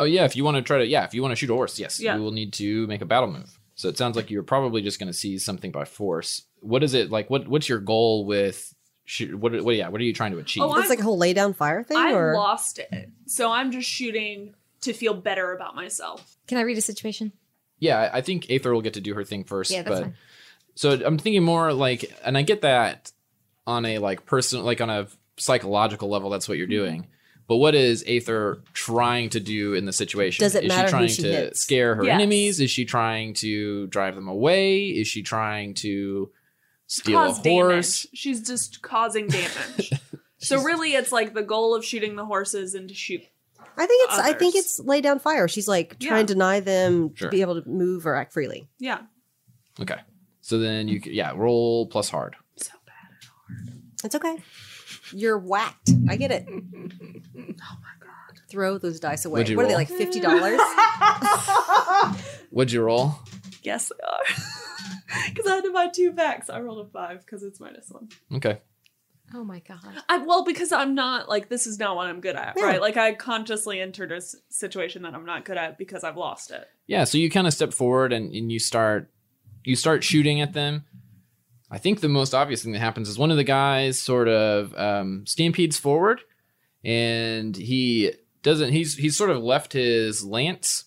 Speaker 2: oh, yeah, if you want to try to, yeah, if you want to shoot a horse, yes,
Speaker 5: Yeah.
Speaker 2: you will need to make a battle move. So it sounds like you're probably just going to seize something by force. What is it like? What What's your goal with shoot? What, what, yeah, what are you trying to achieve?
Speaker 5: Oh,
Speaker 3: It's like a whole lay down fire thing,
Speaker 5: I
Speaker 3: or
Speaker 5: lost it. So I'm just shooting to feel better about myself.
Speaker 4: Can I read a situation?
Speaker 2: Yeah, I- I think Aether will get to do her thing first.
Speaker 4: Yeah, that's
Speaker 2: but
Speaker 4: fine.
Speaker 2: so I'm thinking more like, and I get that on a like person, like on a psychological level, that's what you're
Speaker 3: Mm-hmm.
Speaker 2: doing. But what is Aether trying to do in the situation?
Speaker 3: Does it
Speaker 2: is
Speaker 3: matter
Speaker 2: she
Speaker 3: who
Speaker 2: trying
Speaker 3: she
Speaker 2: to
Speaker 3: hits?
Speaker 2: scare her
Speaker 5: Yes.
Speaker 2: enemies? Is she trying to drive them away? Is she trying to steal
Speaker 5: Cause
Speaker 2: a horse?
Speaker 5: damage. She's just causing damage. so really it's like the goal of shooting the horses and to shoot.
Speaker 3: I think it's I think
Speaker 5: others.
Speaker 3: it's lay down fire. She's like trying
Speaker 5: Yeah.
Speaker 3: to deny them
Speaker 2: Sure.
Speaker 3: to be able to move or act freely.
Speaker 5: Yeah.
Speaker 2: Okay, so then you c- yeah roll plus hard.
Speaker 5: So bad.
Speaker 3: It's okay. You're whacked. I get it.
Speaker 4: Oh
Speaker 3: Throw those dice away.
Speaker 2: What'd you
Speaker 3: What are they
Speaker 2: roll?
Speaker 3: like fifty dollars?
Speaker 2: What'd you roll?
Speaker 5: Yes, they are. Because I had to buy two packs. I rolled a five because it's minus one.
Speaker 2: Okay,
Speaker 4: Oh my god.
Speaker 5: I, well, because I'm not like this is not what I'm good at,
Speaker 3: Yeah.
Speaker 5: right? Like I consciously entered a s- situation that I'm not good at because I've lost it.
Speaker 2: yeah so you kind of step forward and, and you start you start shooting at them i think the most obvious thing that happens is one of the guys sort of um, stampedes forward and he doesn't he's he's sort of left his lance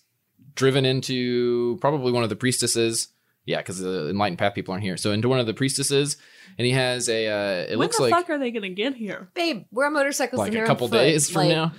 Speaker 2: driven into probably one of the priestesses yeah because the enlightened path people aren't here so into one of the priestesses and he has a uh, it
Speaker 5: when
Speaker 2: looks
Speaker 5: the
Speaker 2: like
Speaker 5: fuck are they gonna get here?
Speaker 4: Babe, we're on motorcycles.
Speaker 2: like
Speaker 4: and
Speaker 2: a
Speaker 4: they're on
Speaker 2: couple
Speaker 4: foot.
Speaker 2: days from
Speaker 4: Like,
Speaker 2: now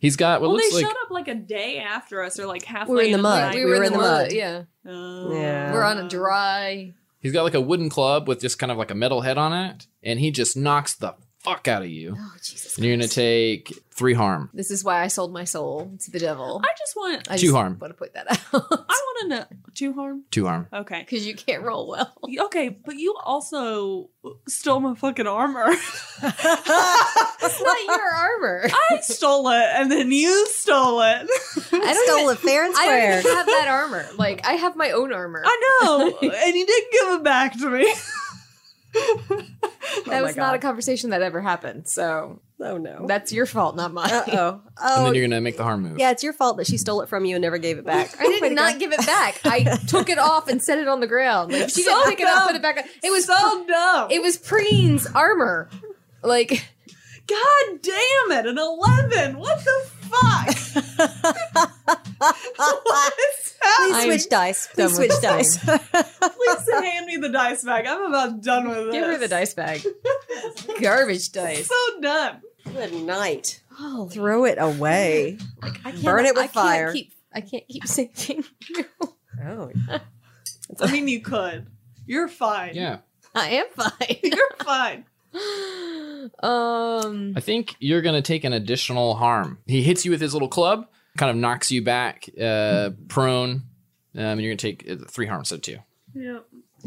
Speaker 2: he's got what
Speaker 5: well,
Speaker 2: looks
Speaker 5: they
Speaker 2: like
Speaker 5: showed up like a day after us, or like halfway.
Speaker 3: We're in the
Speaker 5: into
Speaker 3: mud.
Speaker 5: night.
Speaker 4: We were, in, the mud. Yeah.
Speaker 5: Oh.
Speaker 3: Yeah.
Speaker 4: We're on a dry.
Speaker 2: He's got like a wooden club with just kind of like a metal head on it, and he just knocks the fuck out of you.
Speaker 4: Oh Jesus.
Speaker 2: And you're gonna
Speaker 4: Christ.
Speaker 2: take three harm.
Speaker 4: This is why I sold my soul to the devil.
Speaker 5: I just want.
Speaker 4: I
Speaker 2: Two
Speaker 4: just
Speaker 2: harm.
Speaker 4: Want to point that out
Speaker 5: I want to know two harm.
Speaker 2: Two harm.
Speaker 5: Okay.
Speaker 4: because you can't roll well.
Speaker 5: Okay, but you also uh, stole my fucking armor.
Speaker 4: It's not your armor.
Speaker 5: I stole it, and then you stole it.
Speaker 4: I don't
Speaker 3: Stole
Speaker 4: even-
Speaker 3: it fair and
Speaker 4: I
Speaker 3: square.
Speaker 4: don't even have that armor. Like I have my own armor.
Speaker 5: I know, and you didn't give it back to me.
Speaker 6: Oh
Speaker 4: that was not a conversation that ever happened. So
Speaker 3: Oh no.
Speaker 4: that's your fault, not mine.
Speaker 3: Uh oh.
Speaker 2: And then
Speaker 3: Oh
Speaker 2: you're gonna make the harm move.
Speaker 3: yeah, it's your fault that she stole it from you and never gave it back.
Speaker 4: I did not give it back. I took it off and set it on the ground. Like she didn't
Speaker 5: So
Speaker 4: pick it up,
Speaker 5: dumb.
Speaker 4: put it back. on. It was
Speaker 5: so dumb.
Speaker 4: it was Preen's armor. Like
Speaker 5: God damn it, an 11. What the fuck? what is
Speaker 3: Please
Speaker 5: happening?
Speaker 3: switch dice.
Speaker 4: done
Speaker 3: Please
Speaker 4: with
Speaker 3: switch
Speaker 4: this
Speaker 3: dice.
Speaker 5: Please hand me the dice bag. I'm about done with this.
Speaker 6: Give her the dice bag. Garbage dice.
Speaker 5: So done.
Speaker 3: Good night.
Speaker 6: Holy
Speaker 1: Throw it away.
Speaker 6: Oh, I can't,
Speaker 3: Burn it with
Speaker 6: I can't
Speaker 3: fire.
Speaker 6: keep- I can't keep saving you.
Speaker 1: Oh.
Speaker 5: I mean, you could. You're fine.
Speaker 2: Yeah.
Speaker 6: I am fine.
Speaker 5: You're fine.
Speaker 6: um,
Speaker 2: I think you're going to take an additional harm. He hits you with his little club, kind of knocks you back uh, prone. Um, and you're going to take uh, three harm instead of two.
Speaker 5: Yeah.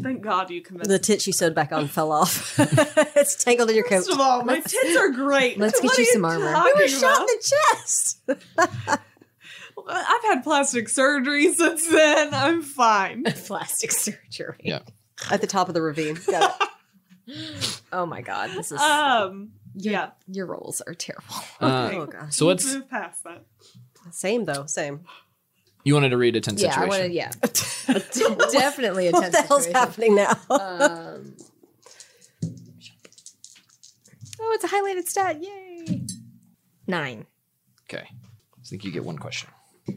Speaker 5: Thank God you convinced
Speaker 3: The
Speaker 5: me.
Speaker 3: tit she sewed back on fell off. it's tangled in your coat.
Speaker 5: First of all, my
Speaker 4: Let's-
Speaker 5: tits are great.
Speaker 4: let's get
Speaker 5: What
Speaker 4: you
Speaker 5: are
Speaker 4: some armor.
Speaker 5: talking
Speaker 3: We were shot in
Speaker 5: about?
Speaker 3: the chest.
Speaker 5: I've had plastic surgery since then. I'm fine.
Speaker 6: plastic surgery.
Speaker 2: Yeah.
Speaker 3: At the top of the ravine. Got it.
Speaker 6: Oh my god, this is
Speaker 5: Um, yeah.
Speaker 6: your rolls are terrible.
Speaker 2: Uh,
Speaker 3: oh gosh.
Speaker 2: so what's
Speaker 5: Move past that.
Speaker 3: Same though. Same.
Speaker 2: you wanted to read a tense
Speaker 4: yeah, I
Speaker 2: situation?
Speaker 4: want to. Yeah, De- definitely a
Speaker 3: What
Speaker 4: tense
Speaker 3: the hell's
Speaker 4: situation.
Speaker 3: happening now?
Speaker 4: Um,
Speaker 6: Oh, it's a highlighted stat. Yay.
Speaker 4: nine.
Speaker 2: Okay. I think you get one question.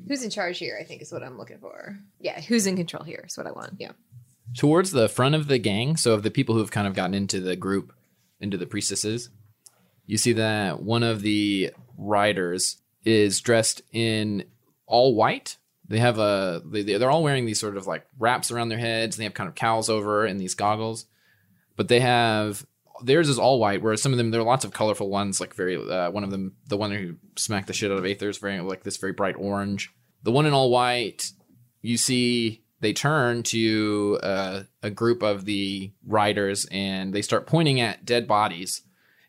Speaker 4: Who's in charge here? I think is what I'm looking for. Yeah, who's in control here is what I want. Yeah.
Speaker 2: towards the front of the gang, so of the people who have kind of gotten into the group, into the priestesses, you see that one of the riders is dressed in all white. They have a they, they- they're all wearing these sort of like wraps around their heads, and they have kind of cowls over and these goggles. But they have theirs is all white, whereas some of them there are lots of colorful ones, like very uh, one of them the one who smacked the shit out of Aether's very like this very bright orange. The one in all white you see they turn to uh, a group of the riders and they start pointing at dead bodies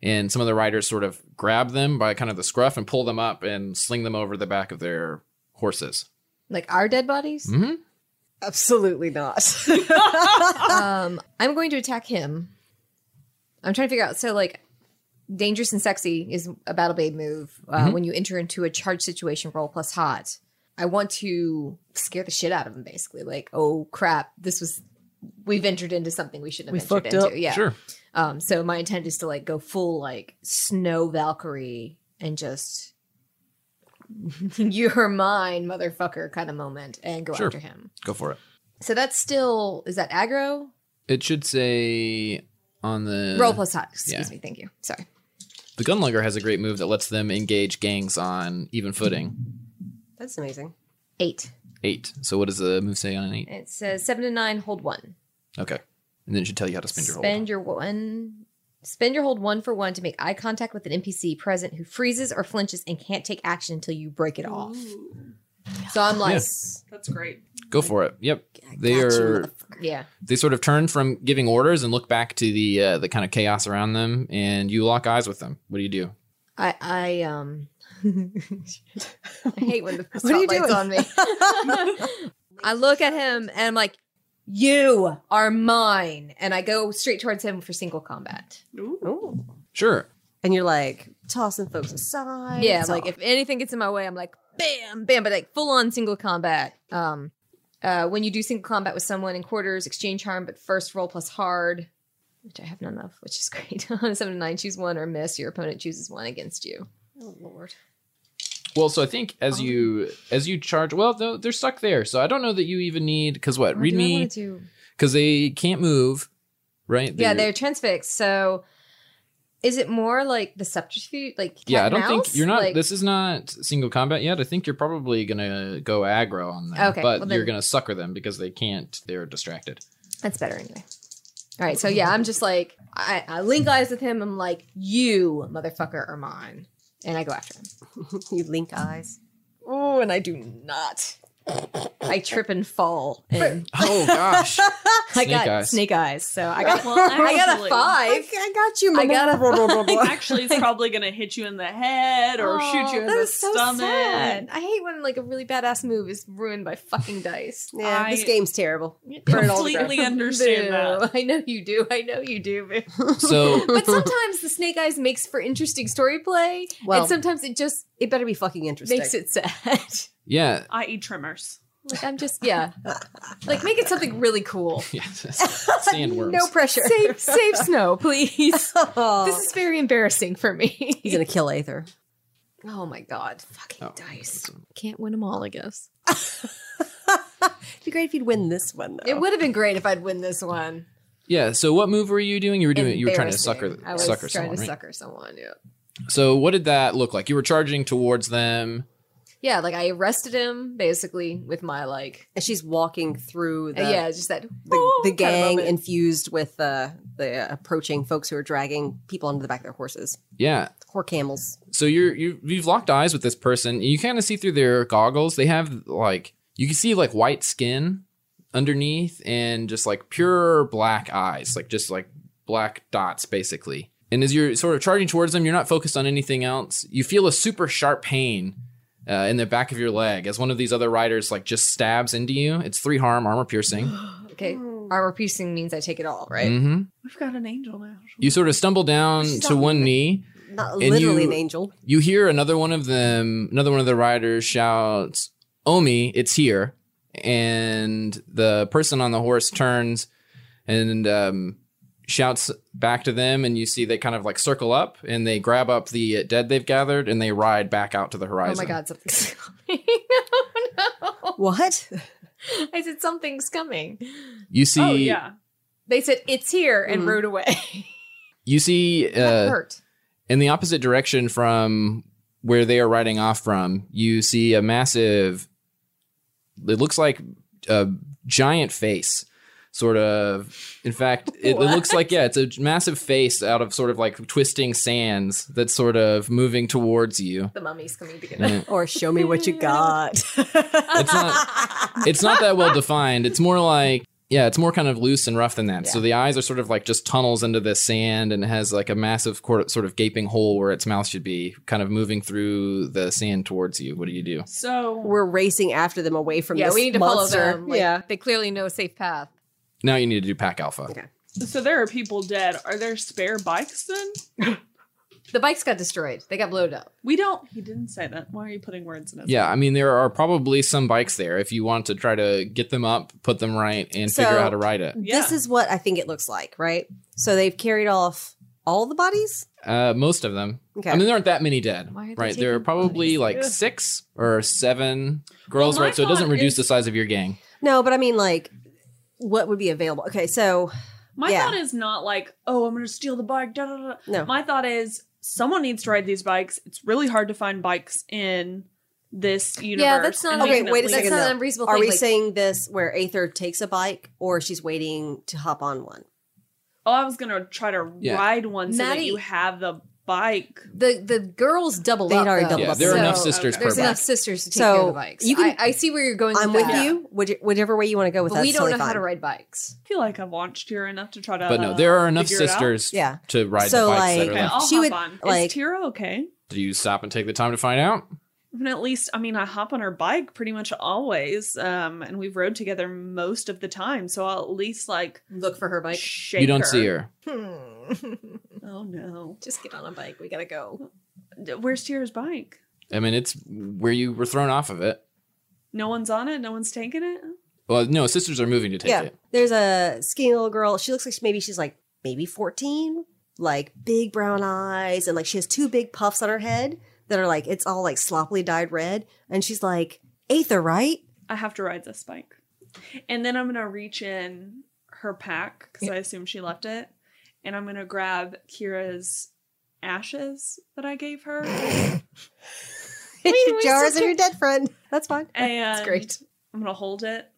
Speaker 2: and some of the riders sort of grab them by kind of the scruff and pull them up and sling them over the back of their horses
Speaker 4: Like our dead bodies.
Speaker 2: mm-hmm.
Speaker 3: Absolutely not.
Speaker 4: um, I'm going to attack him. I'm trying to figure out. So, like, dangerous and sexy is a battle babe move. Uh,
Speaker 2: Mhm.
Speaker 4: When you enter into a charge situation, roll plus hot. I want to scare the shit out of him, basically. Like, oh crap, this was we've entered into something we shouldn't have
Speaker 3: We
Speaker 4: entered
Speaker 3: fucked
Speaker 4: into.
Speaker 3: up.
Speaker 4: Yeah.
Speaker 2: sure
Speaker 4: Um, so my intent is to like go full like snow Valkyrie and just you're mine, motherfucker, kind of moment, and go
Speaker 2: Sure.
Speaker 4: after him.
Speaker 2: go for it
Speaker 4: So that's still is that aggro?
Speaker 2: it should say on the
Speaker 4: Roll plus hot. Excuse
Speaker 2: Uh, yeah.
Speaker 4: me. Thank you. Sorry.
Speaker 2: the gunlugger has a great move that lets them engage gangs on even footing
Speaker 3: That's amazing.
Speaker 4: Eight.
Speaker 2: eight so what does the move say on an eight
Speaker 4: It says seven to nine. Hold one.
Speaker 2: okay and then it should tell you how to spend your hold
Speaker 4: Spend your one. Spend your hold one for one to make eye contact with an NPC present who freezes or flinches and can't take action until you break it off.
Speaker 5: Ooh,
Speaker 4: So I'm like,
Speaker 5: that's great.
Speaker 2: go for it yep
Speaker 3: I got
Speaker 2: They
Speaker 3: you,
Speaker 2: are-
Speaker 3: motherfucker.
Speaker 4: yeah.
Speaker 2: they sort of turn from giving orders and look back to the uh, the kind of chaos around them, and you lock eyes with them. What do you do?
Speaker 4: I I um I hate when the
Speaker 3: What are you
Speaker 4: spotlight's
Speaker 3: doing?
Speaker 4: on me. I look at him and I'm like, "You are mine," and I go straight towards him for single combat.
Speaker 5: Ooh.
Speaker 3: Ooh.
Speaker 2: Sure.
Speaker 3: And you're like tossing folks aside.
Speaker 4: yeah,
Speaker 3: It's
Speaker 4: like
Speaker 3: all-
Speaker 4: if anything gets in my way, I'm like, "Bam, bam!" But like full on single combat. Um, uh, when you do single combat with someone in quarters, exchange harm, but first roll plus hard, which I have none of, which is great. On a seven to nine, choose one or miss. Your opponent chooses one against you.
Speaker 6: Oh lord.
Speaker 2: Well, so I think
Speaker 4: Oh.
Speaker 2: as you as you charge, well, no, they're stuck there, so I don't know that you even need because what
Speaker 4: Or
Speaker 2: Uh, read
Speaker 4: do I
Speaker 2: me
Speaker 4: wanna do-
Speaker 2: because they can't move, right?
Speaker 4: yeah, they're transfixed. So is it more like the subterfuge? Like cat
Speaker 2: yeah. I
Speaker 4: and
Speaker 2: don't
Speaker 4: mouse?
Speaker 2: think you're not.
Speaker 4: Like,
Speaker 2: this is not single combat yet. I think you're probably gonna go aggro on them,
Speaker 4: Okay,
Speaker 2: but
Speaker 4: well
Speaker 2: you're
Speaker 4: then-
Speaker 2: gonna sucker them because they can't. They're distracted.
Speaker 4: that's better anyway. All right, so yeah, I'm just like I, I link eyes with him. I'm like, you motherfucker are mine, and I go after him.
Speaker 3: you link eyes.
Speaker 6: Oh, and I do not.
Speaker 4: I trip and fall, and
Speaker 2: Oh gosh.
Speaker 4: I
Speaker 2: Snake
Speaker 4: got
Speaker 2: eyes.
Speaker 4: snake eyes. So I got
Speaker 5: Well,
Speaker 4: I got
Speaker 5: actually-
Speaker 4: a five.
Speaker 3: I got you.
Speaker 4: I got a
Speaker 5: Actually, it's probably going to hit you in the head or shoot you in
Speaker 4: that
Speaker 5: the
Speaker 4: is so
Speaker 5: stomach.
Speaker 4: sad. I hate when like a really badass move is ruined by fucking dice.
Speaker 3: yeah, this
Speaker 5: I-
Speaker 3: game's terrible.
Speaker 4: Burn it all to
Speaker 5: Completely
Speaker 4: ground.
Speaker 5: understand
Speaker 4: Boo.
Speaker 5: that.
Speaker 4: I know you do. I know you do. Boo.
Speaker 2: so
Speaker 4: but sometimes the snake eyes makes for interesting story play
Speaker 3: Well-
Speaker 4: and sometimes it just
Speaker 3: It better be fucking interesting.
Speaker 4: makes it sad
Speaker 2: yeah,
Speaker 5: I.e. E tremors.
Speaker 4: Like I'm just yeah.
Speaker 6: Like, make it something really cool.
Speaker 2: yes. Sandworms.
Speaker 6: No pressure.
Speaker 4: Save save snow, please.
Speaker 3: Oh.
Speaker 4: This is very embarrassing for me.
Speaker 1: He's gonna kill Aether.
Speaker 6: Oh my god. Fucking
Speaker 2: Oh.
Speaker 6: dice.
Speaker 4: Can't win them all, I guess.
Speaker 1: It'd be great if you'd win this one though.
Speaker 6: It would have been great if I'd win this one.
Speaker 2: Yeah. So what move were you doing? You were doing. You were trying to sucker
Speaker 6: Embarrassing. I was
Speaker 2: sucker
Speaker 6: trying
Speaker 2: someone,
Speaker 6: to
Speaker 2: right?
Speaker 6: sucker someone. Yeah.
Speaker 2: So what did that look like? You were charging towards them.
Speaker 6: Yeah, like I arrested him basically with my like uh,
Speaker 3: And she's walking through the
Speaker 6: yeah, just that
Speaker 3: the, the
Speaker 6: kind of
Speaker 3: gang
Speaker 6: moment.
Speaker 3: infused with uh, the approaching folks who are dragging people onto the back of their horses
Speaker 2: Yeah.
Speaker 3: or camels.
Speaker 2: So you're you you've locked eyes with this person. You kind of see through their goggles. They have like you can see like white skin underneath and just like pure black eyes, like just like black dots basically. And as you're sort of charging towards them, you're not focused on anything else. You feel a super sharp pain uh, in the back of your leg as one of these other riders like just stabs into you. It's three harm, armor piercing.
Speaker 6: okay.
Speaker 3: Mm.
Speaker 6: Armor piercing means I take it all, right?
Speaker 2: Mm-hmm.
Speaker 5: We've got an angel now.
Speaker 2: You sort of stumble down to
Speaker 3: Stop
Speaker 2: one
Speaker 3: it.
Speaker 2: knee.
Speaker 3: Not
Speaker 2: And
Speaker 3: literally
Speaker 2: you-
Speaker 3: an angel.
Speaker 2: You hear another one of them, another one of the riders shouts, Omi, it's here. And the person on the horse turns and um, shouts back to them. And you see they kind of like circle up and they grab up the dead they've gathered and they ride back out to the
Speaker 6: Oh
Speaker 2: horizon.
Speaker 6: my god, something's coming. oh
Speaker 3: What?
Speaker 6: no. I said something's coming.
Speaker 2: You see,
Speaker 5: oh yeah.
Speaker 6: They said it's here and
Speaker 3: Mhm.
Speaker 6: rode away.
Speaker 2: you see
Speaker 6: that
Speaker 2: uh,
Speaker 6: hurt.
Speaker 2: in the opposite direction from where they are riding off from, you see a massive, it looks like a giant face, sort of. In fact, it, it looks like, yeah, it's a massive face out of sort of like twisting sands that's sort of moving towards you.
Speaker 6: The mummy's coming to get us.
Speaker 2: Yeah.
Speaker 3: Or show me what you got.
Speaker 2: It's not that well defined. It's more like, yeah, it's more kind of loose and rough than that. So the eyes are sort of like just tunnels into the sand and it has like a massive cor- sort of gaping hole where its mouth should be, kind of moving through the sand towards you. What do you do?
Speaker 5: So
Speaker 3: We're racing after them away from
Speaker 6: Yeah,
Speaker 3: this
Speaker 6: we need to
Speaker 3: monster.
Speaker 6: follow them. Like,
Speaker 3: yeah.
Speaker 6: They clearly know a safe path.
Speaker 2: Now you need to do pack alpha.
Speaker 5: so there are people dead. Are there spare bikes then?
Speaker 6: The bikes got destroyed. They got blown up.
Speaker 5: We don't. He didn't say that. Why are you putting words in his?
Speaker 2: Yeah, I mean there are probably some bikes there if you want to try to get them up, put them right, and
Speaker 3: So-
Speaker 2: figure out how to ride it.
Speaker 5: mouth? Yeah.
Speaker 3: This is what I think it looks like, right? So they've carried off all the bodies.
Speaker 2: Uh, most of them.
Speaker 3: Okay.
Speaker 2: I mean there aren't that many dead,
Speaker 6: Why are they
Speaker 2: right? There are
Speaker 6: taking
Speaker 2: probably
Speaker 6: bodies?
Speaker 2: like
Speaker 5: Ugh.
Speaker 2: six or seven girls,
Speaker 5: Well, my
Speaker 2: right? So it doesn't
Speaker 5: thought
Speaker 2: reduce
Speaker 5: is-
Speaker 2: the size of your gang.
Speaker 3: no, but I mean, like, what would be available? Okay, so
Speaker 5: My
Speaker 3: Yeah.
Speaker 5: thought is not like, oh, I'm gonna steal the bike. Da, da, da.
Speaker 3: No.
Speaker 5: My thought is someone needs to ride these bikes. It's really hard to find bikes in this universe.
Speaker 6: that's not-
Speaker 5: and we
Speaker 3: okay.
Speaker 5: can at
Speaker 3: Wait a
Speaker 5: least-
Speaker 3: second.
Speaker 6: That's not
Speaker 3: though.
Speaker 6: an unreasonable
Speaker 3: are
Speaker 6: thing.
Speaker 3: we
Speaker 6: like,
Speaker 3: saying this where Aether takes a bike or she's waiting to hop on one?
Speaker 5: Oh, I was gonna try to
Speaker 2: Yeah.
Speaker 5: ride one so that
Speaker 6: Maddie-
Speaker 5: you have the bike.
Speaker 6: the the girls double
Speaker 3: They'd
Speaker 6: up.
Speaker 3: already
Speaker 6: though.
Speaker 3: doubled
Speaker 2: Yeah,
Speaker 3: up.
Speaker 2: there are
Speaker 6: So
Speaker 2: enough sisters
Speaker 5: okay.
Speaker 2: per
Speaker 6: There's enough
Speaker 2: bike.
Speaker 6: sisters to take
Speaker 3: So,
Speaker 6: care of the bikes.
Speaker 3: you can-
Speaker 6: I, I see where you're going.
Speaker 3: I'm with
Speaker 6: with that.
Speaker 3: you. Which, whichever way you want to go with
Speaker 6: But
Speaker 3: that,
Speaker 6: we
Speaker 3: it's
Speaker 6: don't know
Speaker 3: totally
Speaker 6: how to
Speaker 3: fine.
Speaker 6: ride bikes.
Speaker 5: I feel like I've watched here enough to try to.
Speaker 2: But no, there are
Speaker 5: uh,
Speaker 2: enough
Speaker 5: figure it out.
Speaker 2: sisters
Speaker 3: Yeah.
Speaker 2: to ride
Speaker 3: So,
Speaker 2: the bikes
Speaker 3: like-
Speaker 2: that are
Speaker 5: Okay,
Speaker 2: left.
Speaker 5: I'll
Speaker 3: She
Speaker 5: hop
Speaker 3: would,
Speaker 5: on.
Speaker 3: like-
Speaker 5: is Tira okay?
Speaker 2: Do you stop and take the time to find out?
Speaker 5: I mean, at least I mean I hop on her bike pretty much always, um, and we've rode together most of the time. So I'll at least like
Speaker 6: Look for her bike.
Speaker 5: shake.
Speaker 2: you don't see her.
Speaker 6: Hmm.
Speaker 5: Oh no!
Speaker 6: Just get on a bike. We gotta go.
Speaker 5: D- Where's Tira's bike?
Speaker 2: I mean it's where you were thrown off of it.
Speaker 5: No one's on it. No one's taking it.
Speaker 2: Well, no, sisters are moving to take
Speaker 3: yeah.
Speaker 2: it.
Speaker 3: There's a skinny little girl. She looks like she, maybe she's like maybe 14, like big brown eyes, and like she has two big puffs on her head that are like it's all like sloppily dyed red. And she's like, Aether, right?
Speaker 5: I have to ride this bike. And then I'm going to reach in her pack because I assume she left it. And I'm going to grab Kira's ashes that I gave her.
Speaker 3: It's
Speaker 6: we
Speaker 3: your jars
Speaker 6: still
Speaker 3: of your dead friend. That's fine.
Speaker 5: And
Speaker 6: It's great.
Speaker 5: I'm going to hold it.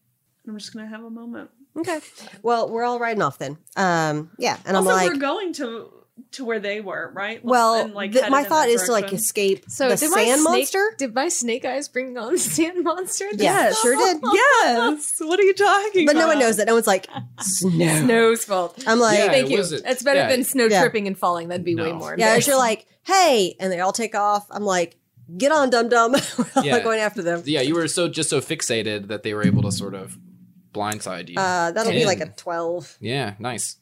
Speaker 5: I'm just going to have a moment.
Speaker 3: Okay. Well, we're all riding off then. Um, yeah. And
Speaker 5: also,
Speaker 3: I'm like,
Speaker 5: we're going to to where they were, right?
Speaker 3: well,
Speaker 5: And, like,
Speaker 3: th-
Speaker 5: headed
Speaker 3: my
Speaker 5: in
Speaker 3: thought
Speaker 5: that
Speaker 3: is to like
Speaker 5: direction.
Speaker 3: escape
Speaker 6: So
Speaker 3: the
Speaker 6: did my
Speaker 3: sand
Speaker 6: snake-
Speaker 3: monster.
Speaker 6: Did my snake eyes bring on the sand monster?
Speaker 3: Yeah,
Speaker 6: This
Speaker 3: sure
Speaker 6: novel?
Speaker 3: did.
Speaker 5: Yes. What are you talking
Speaker 3: But
Speaker 5: about?
Speaker 3: no one knows that. No one's like, snow.
Speaker 6: Snow's fault.
Speaker 3: I'm like,
Speaker 2: Yeah,
Speaker 3: yeah,
Speaker 6: Thank
Speaker 2: it
Speaker 6: you.
Speaker 2: was a-
Speaker 6: That's better
Speaker 2: yeah.
Speaker 6: than snow
Speaker 3: Yeah.
Speaker 6: tripping and falling. That'd be way
Speaker 2: No.
Speaker 6: more.
Speaker 3: as you're like, hey, and they all take off. I'm like, get on, dum dum. we're all
Speaker 2: Yeah.
Speaker 3: going after them.
Speaker 2: Yeah, you were so just so fixated that they were able to sort of blindside you.
Speaker 3: Uh, that'll be like a
Speaker 2: Ten.
Speaker 3: 12.
Speaker 2: yeah, nice.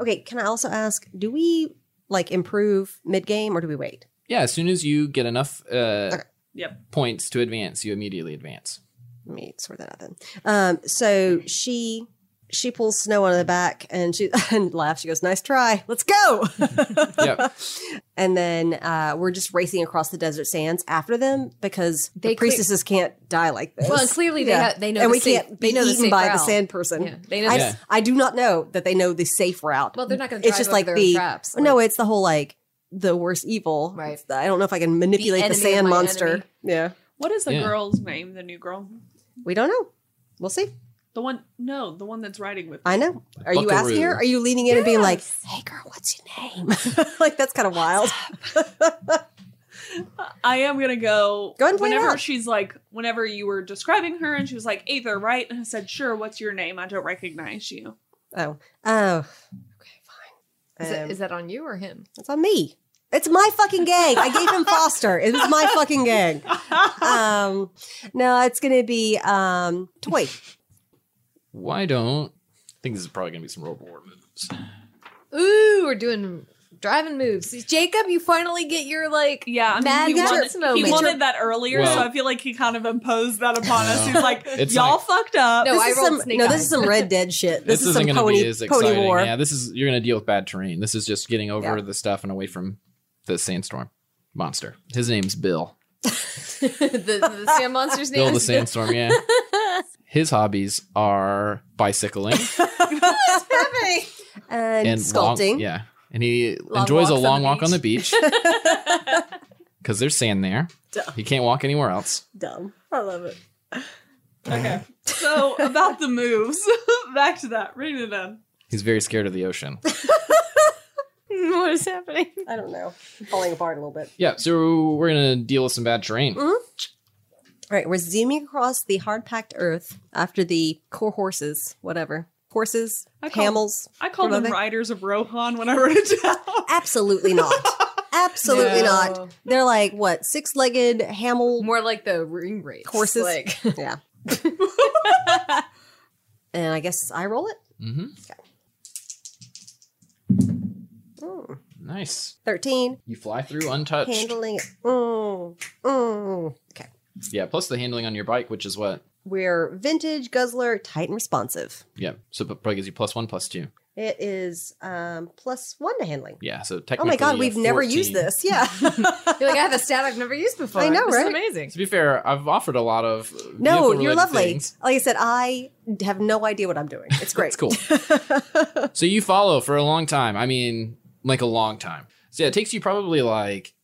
Speaker 3: Okay, can I also ask, do we like improve mid game or do we wait?
Speaker 2: Yeah, as soon as you get enough uh,
Speaker 3: Okay.
Speaker 5: Yep.
Speaker 2: points to advance, you immediately advance.
Speaker 3: let me sort that out then. Um, so she she pulls Snow on the back and she and laughs. She goes, "Nice try. Let's go."
Speaker 2: Yep.
Speaker 3: And then uh, we're just racing across the desert sands after them because
Speaker 4: They
Speaker 3: the
Speaker 4: cle-
Speaker 3: priestesses can't die like this.
Speaker 4: Well, and clearly they
Speaker 3: Yeah.
Speaker 4: ha- they know
Speaker 3: and
Speaker 4: the
Speaker 3: we
Speaker 4: safe-
Speaker 3: can't
Speaker 4: they
Speaker 3: be
Speaker 4: know the
Speaker 3: eaten
Speaker 4: safe
Speaker 3: by the
Speaker 4: route.
Speaker 3: sand person.
Speaker 4: Yeah, they know.
Speaker 3: I,
Speaker 4: the-
Speaker 2: Yeah.
Speaker 3: I do not know that they know the safe route.
Speaker 4: Well, they're not going to.
Speaker 3: it's just like the
Speaker 4: traps.
Speaker 3: no, it's the whole like the worst evil.
Speaker 4: Right.
Speaker 3: It's the- I don't know if I can manipulate the,
Speaker 4: enemy of
Speaker 3: sand
Speaker 4: my
Speaker 3: monster.
Speaker 4: enemy.
Speaker 3: Yeah,
Speaker 5: What is the
Speaker 2: Yeah.
Speaker 5: girl's name? The new girl,
Speaker 3: we don't know. We'll see.
Speaker 5: the one? No, the one that's riding with.
Speaker 3: I know. Are you
Speaker 2: Buckaroo.
Speaker 3: asking her? Are you leaning in and being like,
Speaker 4: Yes.
Speaker 3: "Hey, girl, what's your name?" like that's kind of wild.
Speaker 5: I am gonna go.
Speaker 3: Go ahead and point it
Speaker 5: whenever
Speaker 3: out.
Speaker 5: she's like, whenever you were describing her, and she was like, "Aether, right?" And I said, "Sure. What's your name? I don't recognize you."
Speaker 3: oh, oh, okay, fine.
Speaker 4: Is,
Speaker 3: Um,
Speaker 4: that, is that on you or him?
Speaker 3: It's on me. It's my fucking gang. I gave him Foster. It was my fucking gang. Um, no, it's gonna be um, Toy.
Speaker 2: Why don't? I think this is probably gonna be some rope war moves.
Speaker 4: Ooh, we're doing driving moves. Jacob, you finally get your like.
Speaker 5: Yeah, I mean,
Speaker 4: Mad
Speaker 5: he,
Speaker 4: Max
Speaker 5: wanted,
Speaker 4: Snow
Speaker 5: he
Speaker 4: Man.
Speaker 5: wanted that earlier, so
Speaker 2: Well-
Speaker 5: I feel like he kind of imposed that upon us.
Speaker 2: No.
Speaker 5: He's like,
Speaker 2: It's
Speaker 5: "Y'all
Speaker 2: like-
Speaker 5: fucked up."
Speaker 4: No,
Speaker 3: this
Speaker 4: I
Speaker 3: is
Speaker 4: rolled
Speaker 3: some,
Speaker 4: snake
Speaker 3: no,
Speaker 4: eyes.
Speaker 3: this is some Red Dead shit. This, is
Speaker 2: isn't
Speaker 3: some
Speaker 2: gonna
Speaker 3: pony,
Speaker 2: be as exciting.
Speaker 3: pony war.
Speaker 2: Yeah, this is you're gonna deal with bad terrain. This is just getting over the stuff and away from the sandstorm monster. His name's Bill.
Speaker 4: the, the sand monster's name
Speaker 2: Bill the
Speaker 4: is
Speaker 2: sandstorm. Yeah. His hobbies are bicycling
Speaker 3: and,
Speaker 2: and
Speaker 3: sculpting.
Speaker 2: Long, yeah, and he
Speaker 4: Long
Speaker 2: enjoys a
Speaker 4: walks on
Speaker 2: long
Speaker 4: the
Speaker 2: walk on the beach because there's sand there.
Speaker 3: Duh.
Speaker 2: He can't walk anywhere else.
Speaker 3: Dumb. I love it.
Speaker 2: Uh-huh.
Speaker 5: Okay, so about the moves, back to that. Read it down.
Speaker 2: He's very scared of the ocean.
Speaker 4: what is happening?
Speaker 3: I don't know. Falling apart a little bit.
Speaker 2: yeah, so we're gonna deal with some bad terrain.
Speaker 3: Mm. All right, we're zooming across the hard packed earth after the core horses, whatever. Horses,
Speaker 5: I call-
Speaker 3: camels.
Speaker 5: I called them
Speaker 3: Remember?
Speaker 5: Riders of Rohan when I wrote it down.
Speaker 3: Absolutely not. Absolutely
Speaker 4: No.
Speaker 3: not. They're like what, six legged hamel
Speaker 4: More like the ring race.
Speaker 3: horses?
Speaker 4: Like,
Speaker 3: yeah. and I guess I roll it.
Speaker 2: Mm-hmm.
Speaker 3: Mm.
Speaker 2: Nice.
Speaker 3: 13.
Speaker 2: You fly through untouched.
Speaker 3: Handling it. Mm. Mm. Okay.
Speaker 2: Yeah, plus the handling on your bike, which is what?
Speaker 3: We're vintage, guzzler, tight and responsive.
Speaker 2: Yeah, so it probably gives you plus one, plus two.
Speaker 3: It is um, plus one to handling.
Speaker 2: Yeah, so
Speaker 3: Oh
Speaker 2: technically.
Speaker 3: my God,
Speaker 2: a
Speaker 3: we've never
Speaker 2: 14.
Speaker 3: used this. Yeah.
Speaker 4: you're like I have a stat I've never used before.
Speaker 3: I know,
Speaker 4: This is
Speaker 3: right?
Speaker 4: amazing.
Speaker 2: To be fair, I've offered a lot of. uh,
Speaker 3: No,
Speaker 2: vehicle-related
Speaker 3: you're lovely.
Speaker 2: Things.
Speaker 3: Like I said, I have no idea what I'm doing. It's great.
Speaker 2: It's cool. so you follow for a long time. I mean, like a long time. So yeah, it takes you probably like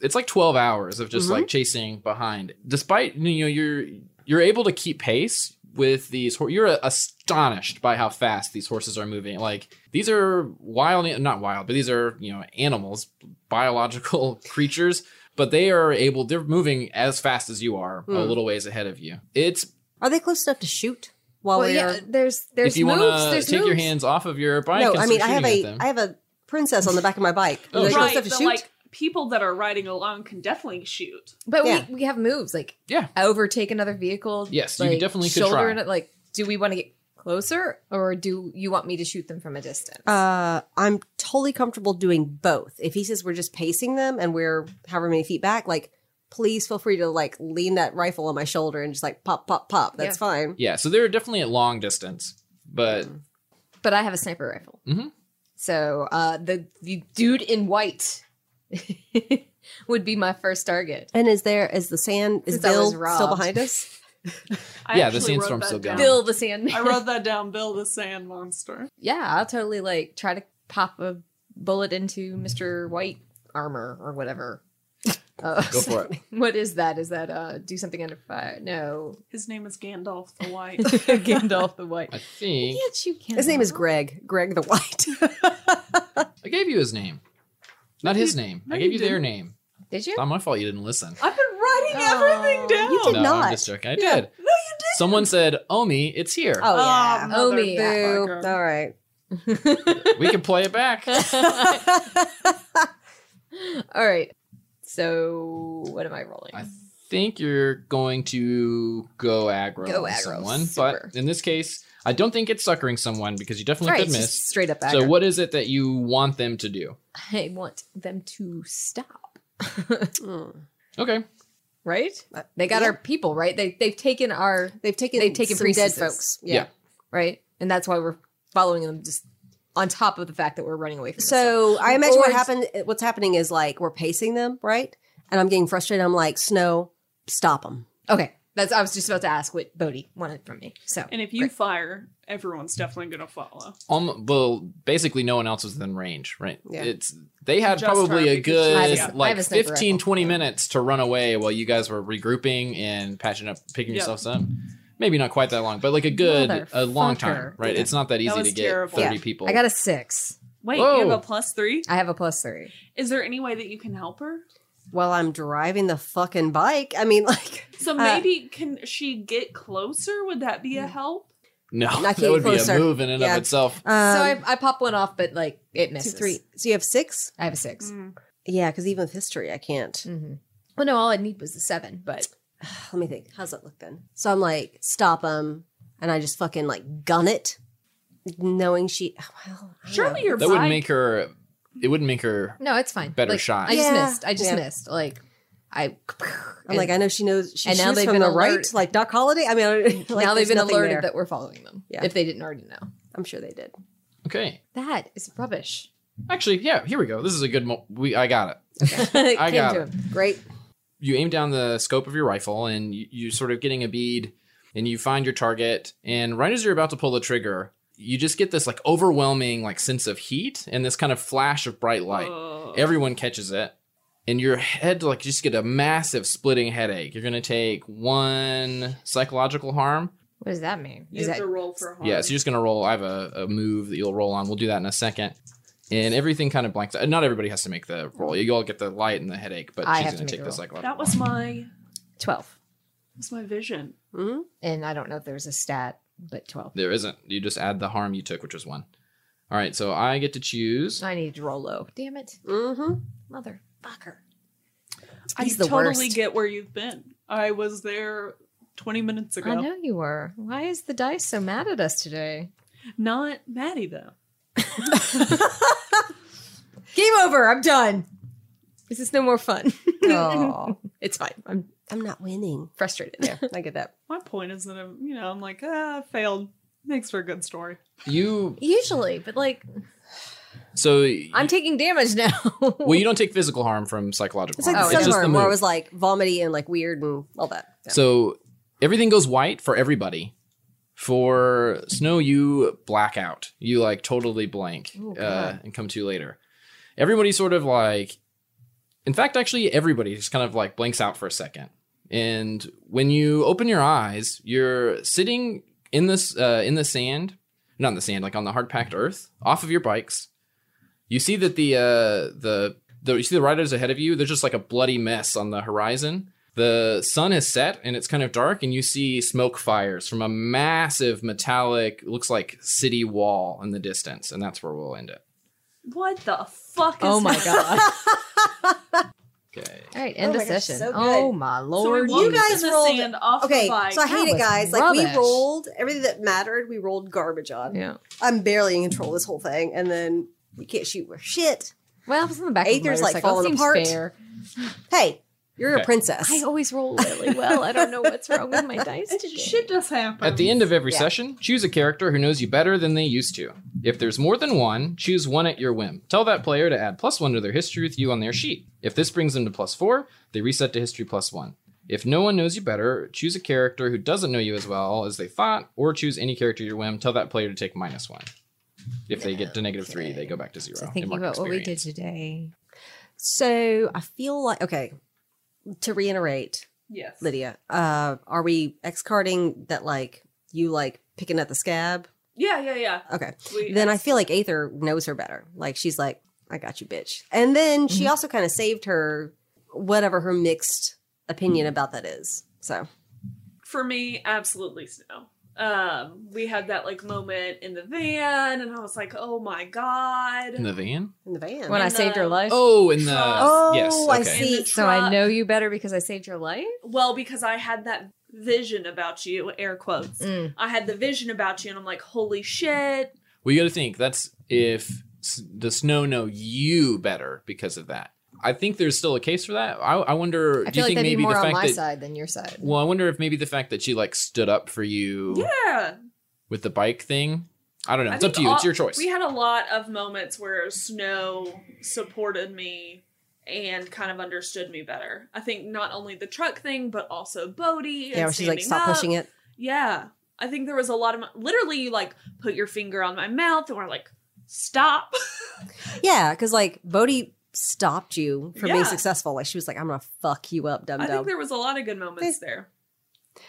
Speaker 2: it's like 12 hours of just
Speaker 3: Mm-hmm.
Speaker 2: like chasing behind. Despite you know you're you're able to keep pace with these hor- you're uh, astonished by how fast these horses are moving. Like these are wild not wild, but these are, you know, animals, biological creatures, but they are able they're moving as fast as you are a
Speaker 3: Mm.
Speaker 2: little ways ahead of you. It's
Speaker 3: Are they close enough to shoot while
Speaker 4: well,
Speaker 3: we're?
Speaker 4: yeah, uh, there's there's
Speaker 2: if you
Speaker 4: moves.
Speaker 2: wanna
Speaker 4: there's
Speaker 2: take
Speaker 4: moves.
Speaker 2: your hands off of your bike,
Speaker 3: no,
Speaker 2: and
Speaker 3: I mean I
Speaker 2: start
Speaker 3: have
Speaker 2: shooting
Speaker 3: a
Speaker 2: at them.
Speaker 3: I have a princess on the back of my bike.
Speaker 2: Oh,
Speaker 3: Are they
Speaker 2: sure.
Speaker 3: close
Speaker 5: right,
Speaker 3: enough to
Speaker 5: but
Speaker 3: shoot?
Speaker 5: like people that are riding along can definitely shoot.
Speaker 4: But
Speaker 3: Yeah.
Speaker 4: we, we have moves like
Speaker 2: Yeah.
Speaker 4: overtake another vehicle.
Speaker 2: Yes, you
Speaker 4: like,
Speaker 2: definitely could
Speaker 4: shoulder
Speaker 2: try.
Speaker 4: and like. Do we want to get closer, or do you want me to shoot them from a distance?
Speaker 3: uh, I'm totally comfortable doing both. If he says we're just pacing them and we're however many feet back, like please feel free to like lean that rifle on my shoulder and just like pop, pop, pop. That's
Speaker 4: Yeah.
Speaker 3: fine.
Speaker 2: Yeah, so they're definitely at long distance, but
Speaker 4: but I have a sniper rifle.
Speaker 2: Mhm.
Speaker 4: So uh, the the dude in white would be my first target.
Speaker 3: And is there is the sand is
Speaker 4: Since I was
Speaker 3: Bill still
Speaker 4: robbed.
Speaker 3: behind us?
Speaker 5: I
Speaker 2: Yeah, the
Speaker 5: actually wrote
Speaker 2: sandstorm's
Speaker 5: that
Speaker 2: still
Speaker 5: down.
Speaker 2: going.
Speaker 4: Bill the Sandman.
Speaker 5: I wrote that down. Bill the Sand Monster.
Speaker 4: yeah, I'll totally like try to pop a bullet into Mister White armor or whatever. Uh,
Speaker 2: go for it.
Speaker 4: What is that? Is that uh do something under fire? No,
Speaker 5: His name is Gandalf the White.
Speaker 4: Gandalf the White.
Speaker 2: I think
Speaker 4: Can't you? Gandalf?
Speaker 3: His name is Greg. Greg the White.
Speaker 2: I gave you his name, not his name.
Speaker 5: no,
Speaker 2: I gave you
Speaker 5: you
Speaker 2: their
Speaker 5: didn't.
Speaker 2: name.
Speaker 4: Did you? Oh.
Speaker 2: It's not my fault you didn't listen.
Speaker 5: I've been writing everything down.
Speaker 3: You did
Speaker 2: no,
Speaker 3: not.
Speaker 2: I'm just joking. I
Speaker 3: Yeah.
Speaker 2: did.
Speaker 5: No, you did.
Speaker 2: Someone said, "Omi, it's here."
Speaker 3: oh yeah.
Speaker 5: Um,
Speaker 4: Oh,
Speaker 5: mother
Speaker 4: me.
Speaker 3: Boo.
Speaker 5: fucker.
Speaker 3: All right.
Speaker 2: We can play it back.
Speaker 4: All right. So what am I rolling?
Speaker 2: I think you're going to go aggro,
Speaker 4: Go
Speaker 2: on
Speaker 4: aggro,
Speaker 2: someone,
Speaker 4: super.
Speaker 2: but in this case, I don't think it's suckering someone because you definitely
Speaker 4: Right,
Speaker 2: could
Speaker 4: it's
Speaker 2: miss.
Speaker 4: just straight up.
Speaker 2: So,
Speaker 4: aggro.
Speaker 2: what is it that you want them to do?
Speaker 4: I want them to stop.
Speaker 3: Mm.
Speaker 2: Okay.
Speaker 7: right?
Speaker 4: They got our people, right? They they've taken our
Speaker 3: They've taken
Speaker 4: They've taken
Speaker 3: some
Speaker 4: priestesses.
Speaker 3: dead folks.
Speaker 2: Yeah.
Speaker 4: right, and that's why we're following them just on top of the fact that we're running away from. this.
Speaker 3: So I imagine
Speaker 4: Or
Speaker 3: what
Speaker 4: it's-
Speaker 3: happened. What's happening is like we're pacing them, right? And I'm getting frustrated. I'm like, Snow, stop them.
Speaker 4: okay, that's I was just about to ask what Bodhi wanted from me. So
Speaker 5: And if you fire, everyone's definitely going to follow.
Speaker 2: Um, well, basically no one else was within range, right?
Speaker 3: Yeah.
Speaker 2: It's they had
Speaker 5: Just
Speaker 2: probably
Speaker 5: her
Speaker 2: a
Speaker 5: because
Speaker 2: good
Speaker 5: she's- I have a
Speaker 4: sn- I
Speaker 2: like
Speaker 4: have a sniper
Speaker 2: 15
Speaker 4: rifle.
Speaker 2: 20 minutes to run away while you guys were regrouping and patching up picking
Speaker 5: Yeah.
Speaker 2: yourselves up. Maybe not quite that long, but like a good a long time,
Speaker 4: Motherfucker.
Speaker 2: right? It's not that easy
Speaker 5: was
Speaker 2: to get
Speaker 5: terrible.
Speaker 2: 30
Speaker 3: Yeah.
Speaker 2: people.
Speaker 4: I got a six.
Speaker 5: Wait, you
Speaker 2: Whoa.
Speaker 5: have a plus three?
Speaker 4: I have a plus three.
Speaker 5: Is there any way that you can help her?
Speaker 3: While I'm driving the fucking bike, I mean, like,
Speaker 5: So
Speaker 3: Uh,
Speaker 5: maybe can she get closer? Would that
Speaker 4: Mm.
Speaker 5: be a help?
Speaker 2: no,
Speaker 3: Not
Speaker 2: that
Speaker 3: getting
Speaker 2: would
Speaker 3: closer.
Speaker 2: be a move in and
Speaker 3: Yeah.
Speaker 2: of itself.
Speaker 3: um,
Speaker 4: so I, I pop one off, but like it
Speaker 3: two,
Speaker 4: misses.
Speaker 3: three. So you have six?
Speaker 4: I have a 6
Speaker 5: Mm.
Speaker 3: Yeah, because even with history, I can't.
Speaker 4: Mm-hmm. Well, no, all I need was a seven, but
Speaker 3: Let me think. How's that look then? So I'm like, stop them, and I just fucking like gun it, knowing she. Well, I don't
Speaker 5: Surely
Speaker 3: know.
Speaker 5: your
Speaker 2: That
Speaker 5: bike.
Speaker 2: would make her it wouldn't make her
Speaker 4: no, it's fine.
Speaker 2: Better
Speaker 4: Like,
Speaker 2: shot.
Speaker 4: I just
Speaker 3: Yeah.
Speaker 4: missed. I just
Speaker 3: Yeah.
Speaker 4: missed. Like I.
Speaker 3: I'm like, I know she knows. She
Speaker 4: And now
Speaker 3: shoots
Speaker 4: they've
Speaker 3: from
Speaker 4: been
Speaker 3: the right,
Speaker 4: alert-
Speaker 3: like Doc Holiday. I mean, I- like,
Speaker 4: now they've
Speaker 3: there's
Speaker 4: been
Speaker 3: nothing
Speaker 4: alerted
Speaker 3: there.
Speaker 4: that we're following them.
Speaker 3: Yeah.
Speaker 4: If they didn't already know.
Speaker 3: I'm sure they did.
Speaker 2: Okay.
Speaker 4: That is rubbish.
Speaker 2: Actually, yeah, here we go. This is a good mo- we I got it.
Speaker 4: I
Speaker 2: got
Speaker 4: him.
Speaker 3: Great.
Speaker 2: you aim down the scope of your rifle and you, you're sort of getting a bead and you find your target and right as you're about to pull the trigger you just get this like overwhelming like sense of heat and this kind of flash of bright light
Speaker 5: Whoa.
Speaker 2: everyone catches it and your head like just get a massive splitting headache you're gonna take one psychological harm
Speaker 4: What does that mean?
Speaker 5: You
Speaker 4: Is
Speaker 5: have
Speaker 4: that
Speaker 5: to roll for harm.
Speaker 2: yeah so you're just gonna roll i have a, a move that you'll roll on we'll do that in a second and everything kind of blanks out. Not everybody has to make the roll. You all get the light and the headache, but
Speaker 4: I
Speaker 2: she's
Speaker 4: have to
Speaker 2: going
Speaker 4: make
Speaker 2: to take
Speaker 4: the
Speaker 2: the
Speaker 4: roll.
Speaker 2: psychological.
Speaker 5: that was my
Speaker 4: twelve?
Speaker 5: was my vision.
Speaker 3: hmm
Speaker 4: And I don't know if there's a stat, but twelve.
Speaker 2: There isn't. You just add the harm you took, which was one. All right, so I get to choose.
Speaker 4: I need to roll low. Damn it,
Speaker 3: hmm
Speaker 4: motherfucker!
Speaker 5: I
Speaker 4: He's the
Speaker 5: totally
Speaker 4: worst.
Speaker 5: get where you've been. I was there 20 minutes
Speaker 4: I
Speaker 5: ago.
Speaker 4: know you were. Why is the dice so mad at us today?
Speaker 5: Not Maddie though.
Speaker 4: Game over. I'm done. This is no more fun. Oh.
Speaker 3: Aw.
Speaker 4: it's fine. I'm
Speaker 3: I'm not winning.
Speaker 4: frustrated.
Speaker 3: Yeah, I get that.
Speaker 5: My point is that I'm, you know, I'm like, ah, I failed. Makes for a good story.
Speaker 2: You
Speaker 4: Usually, but like
Speaker 2: so
Speaker 4: I'm taking damage now.
Speaker 2: well, you don't take physical harm from psychological
Speaker 3: It's like
Speaker 2: harm.
Speaker 4: Oh,
Speaker 3: the
Speaker 4: yeah.
Speaker 2: it's
Speaker 3: sun
Speaker 2: just the
Speaker 3: harm where it
Speaker 2: move.
Speaker 3: was like vomity and like weird and all that. Yeah.
Speaker 2: So everything goes white for everybody. For Snow, you black out. You like totally blank
Speaker 4: Oh,
Speaker 2: uh,
Speaker 4: God.
Speaker 2: and come to later. Everybody sort of like, in fact, actually, everybody just kind of like blinks out for a second. And when you open your eyes, you're sitting in this uh, in the sand, not in the sand, like on the hard packed earth, off of your bikes. You see that the uh, the the you see the riders ahead of you. There's just like a bloody mess on the horizon. The sun has set and it's kind of dark, and you see smoke fires from a massive metallic, looks like city wall in the distance, and that's where we'll end it.
Speaker 5: What the fuck is
Speaker 4: oh my
Speaker 5: that?
Speaker 4: god!
Speaker 2: Okay.
Speaker 4: All right, end
Speaker 3: Oh my
Speaker 4: of
Speaker 3: gosh,
Speaker 4: session.
Speaker 3: so good.
Speaker 4: oh my
Speaker 5: So we
Speaker 4: lord!
Speaker 5: walked
Speaker 3: You guys
Speaker 5: in the
Speaker 3: rolled-
Speaker 5: sand off
Speaker 3: Okay,
Speaker 5: the bike.
Speaker 3: so I hate
Speaker 4: That
Speaker 3: it, guys.
Speaker 4: was
Speaker 3: Like we
Speaker 4: rubbish.
Speaker 3: rolled everything that mattered. We rolled garbage on.
Speaker 4: yeah.
Speaker 3: I'm barely in control of this whole thing, and then we can't shoot worth shit.
Speaker 4: Well, I was in the back.
Speaker 3: Aether's,
Speaker 4: of the
Speaker 3: like,
Speaker 4: motorcycle.
Speaker 3: falling
Speaker 4: Seems
Speaker 3: apart.
Speaker 4: fair.
Speaker 3: Hey, you're
Speaker 2: Okay.
Speaker 3: a princess.
Speaker 4: I always roll really well. I don't know what's wrong with my dice.
Speaker 5: It- shit just happened.
Speaker 2: At the end of every
Speaker 4: Yeah.
Speaker 2: session, choose a character who knows you better than they used to. If there's more than one, choose one at your whim. Tell that player to add plus one to their history with you on their sheet. If this brings them to plus four, they reset to history plus one. If no one knows you better, choose a character who doesn't know you as well as they thought, or choose any character at your whim. Tell that player to take minus one. If they get to negative three, they go back to zero.
Speaker 4: So
Speaker 2: in
Speaker 4: thinking
Speaker 2: market
Speaker 4: about what we did
Speaker 2: experience.
Speaker 4: today.
Speaker 3: so I feel like okay. To reiterate,
Speaker 5: yes.
Speaker 3: Lydia, uh, are we X carding that like you like picking at the scab?
Speaker 5: Yeah, yeah, yeah.
Speaker 3: Okay.
Speaker 5: We,
Speaker 3: Then I feel like Aether knows her better. Like she's like, I got you, bitch. And then she
Speaker 5: Mm-hmm.
Speaker 3: also kind of saved her whatever her mixed opinion about that is. So
Speaker 5: for me, absolutely snow. Um, we had that like moment in the van, and I was like, oh my god.
Speaker 2: in the van.
Speaker 3: in the van.
Speaker 4: When I
Speaker 5: And,
Speaker 4: saved your
Speaker 5: uh,
Speaker 4: life.
Speaker 2: Oh, in the
Speaker 5: Oh,
Speaker 2: yes. Okay.
Speaker 3: I
Speaker 5: In the
Speaker 3: see.
Speaker 4: so I
Speaker 5: truck.
Speaker 4: know you better because I saved your life.
Speaker 5: Well, because I had that vision about you, air quotes.
Speaker 4: Mm.
Speaker 5: I had the vision about you, and I'm like, holy shit.
Speaker 2: Well, you got to think that's if s- does Snow know you better because of that. I think there's still a case for that. I, I wonder.
Speaker 4: I
Speaker 2: do you
Speaker 4: feel like
Speaker 2: think
Speaker 4: that'd be
Speaker 2: maybe
Speaker 4: more
Speaker 2: the
Speaker 4: on
Speaker 2: fact
Speaker 4: my
Speaker 2: that?
Speaker 4: side than your side.
Speaker 2: Well, I wonder if maybe the fact that she like stood up for you
Speaker 5: Yeah.
Speaker 2: with the bike thing. I don't know.
Speaker 5: I
Speaker 2: It's up
Speaker 5: think
Speaker 2: to you. it's
Speaker 5: all-
Speaker 2: your choice.
Speaker 5: We had a lot of moments where Snow supported me and kind of understood me better. I think not only the truck thing, but also Bodie. And
Speaker 3: Yeah, where she's like,
Speaker 5: standing
Speaker 3: stop
Speaker 5: up.
Speaker 3: pushing it.
Speaker 5: Yeah. I think there was a lot of literally you like put your finger on my mouth and we're like, stop.
Speaker 3: Yeah, because like Bodhi stopped you from
Speaker 5: Yeah.
Speaker 3: being successful. Like she was like, I'm gonna fuck you up, dum
Speaker 5: I think
Speaker 3: dum.
Speaker 5: there was a lot of good moments there.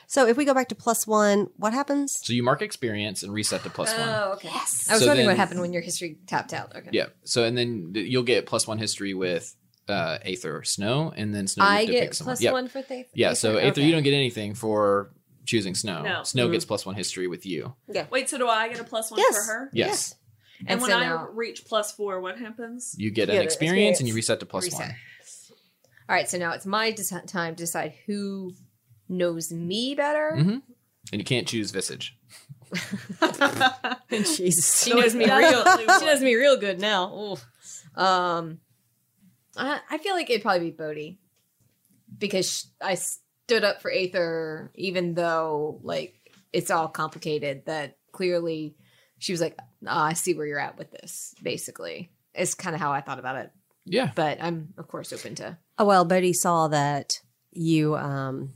Speaker 3: So if we go back to plus one, what happens?
Speaker 2: so you mark experience and reset to plus one.
Speaker 3: Oh.
Speaker 4: okay.
Speaker 3: Yes.
Speaker 4: I was
Speaker 2: So
Speaker 4: wondering
Speaker 2: then-
Speaker 4: what happened when your history tapped out. Oh, Okay.
Speaker 2: Yeah. So and then th- you'll get plus one history with uh Aether or Snow, and then Snow. you
Speaker 4: I
Speaker 2: have to
Speaker 4: get
Speaker 2: pick someone.
Speaker 4: plus
Speaker 2: Yep.
Speaker 4: one for Thaith.
Speaker 2: Yeah. So Aether, you don't get anything for choosing Snow.
Speaker 5: No.
Speaker 2: Snow
Speaker 3: Mhm.
Speaker 4: Mm-hmm.
Speaker 2: gets plus one history with you.
Speaker 5: Wait, so do I get a plus one
Speaker 3: Yes.
Speaker 5: for her?
Speaker 2: Yes.
Speaker 5: And,
Speaker 4: And
Speaker 5: when
Speaker 4: so
Speaker 5: I
Speaker 4: now-
Speaker 5: reach plus four, what happens?
Speaker 2: You get
Speaker 8: Yeah,
Speaker 2: an
Speaker 8: the
Speaker 2: experience, and you
Speaker 8: experience.
Speaker 2: reset to plus one.
Speaker 4: All right, so now it's my deci- time to decide who knows me better.
Speaker 2: Mm-hmm. And you can't choose Visage. Mm-hmm.
Speaker 3: Jesus.
Speaker 4: She knows me real.
Speaker 5: Definitely
Speaker 4: she
Speaker 5: one.
Speaker 4: knows me real good now. Oof. Um, I, I feel like it'd probably be Bodhi because sh- I stood up for Aether, even though like it's all complicated. That clearly she was like, "Ah, "I see where you're at with this." Basically, is kind of how I thought about it.
Speaker 2: Yeah.
Speaker 4: But I'm of course open to.
Speaker 3: Oh well, Bodhi saw that you um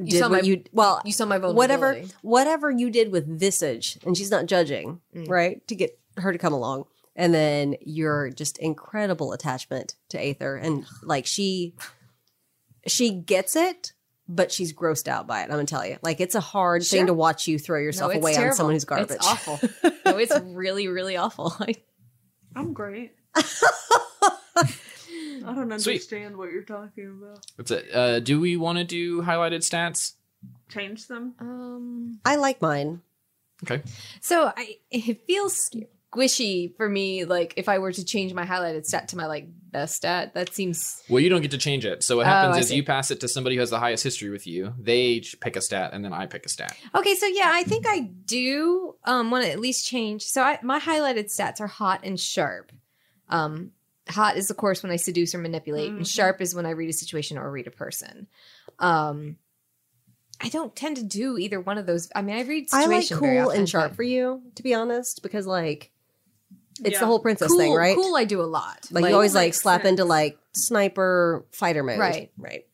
Speaker 4: You
Speaker 3: did
Speaker 4: saw
Speaker 3: what
Speaker 4: my-
Speaker 3: you well
Speaker 4: You saw my
Speaker 3: whatever
Speaker 4: vulnerability.
Speaker 3: whatever you did with visage, and she's not judging,
Speaker 4: Mm.
Speaker 3: right? To get her to come along. And then your just incredible attachment to Aether. And like she she gets it, but she's grossed out by it. I'm gonna tell you. Like it's a hard
Speaker 4: Sure.
Speaker 3: thing to watch you throw yourself
Speaker 4: it's
Speaker 3: away on someone who's
Speaker 4: terrible.
Speaker 3: garbage.
Speaker 4: It's awful. no, it's really, really awful. Like,
Speaker 5: I'm great. I don't
Speaker 2: Sweet.
Speaker 5: understand what you're talking about.
Speaker 2: That's it. Uh, do we want to do highlighted stats?
Speaker 5: Change them.
Speaker 4: um,
Speaker 3: I like mine.
Speaker 4: so I it feels squishy for me. Like if I were to change my highlighted stat to my like best stat, that seems
Speaker 2: Well, you don't get to change it. So what
Speaker 4: Oh,
Speaker 2: happens
Speaker 4: I
Speaker 2: is
Speaker 4: see.
Speaker 2: you pass it to somebody who has the highest history with you. They ch- pick a stat, and then I pick a stat.
Speaker 4: okay. So yeah, I think I do um want to at least change. So I, my highlighted stats are hot and sharp. Um, hot is of course when I seduce or manipulate, and
Speaker 5: Mhm.
Speaker 4: sharp is when I read a situation or read a person. Um. I don't tend to do either one of those. I mean, I read
Speaker 3: I like
Speaker 4: situation very
Speaker 3: cool
Speaker 4: often,
Speaker 3: and sharp
Speaker 4: but-
Speaker 3: for you, to be honest, because like it's
Speaker 5: Yeah.
Speaker 3: the whole princess
Speaker 4: cool,
Speaker 3: thing, right?
Speaker 4: Cool, I do a lot.
Speaker 3: Like, you always like
Speaker 5: makes
Speaker 3: slap into
Speaker 5: sense.
Speaker 3: like sniper fighter mode.
Speaker 4: Right.
Speaker 3: Right.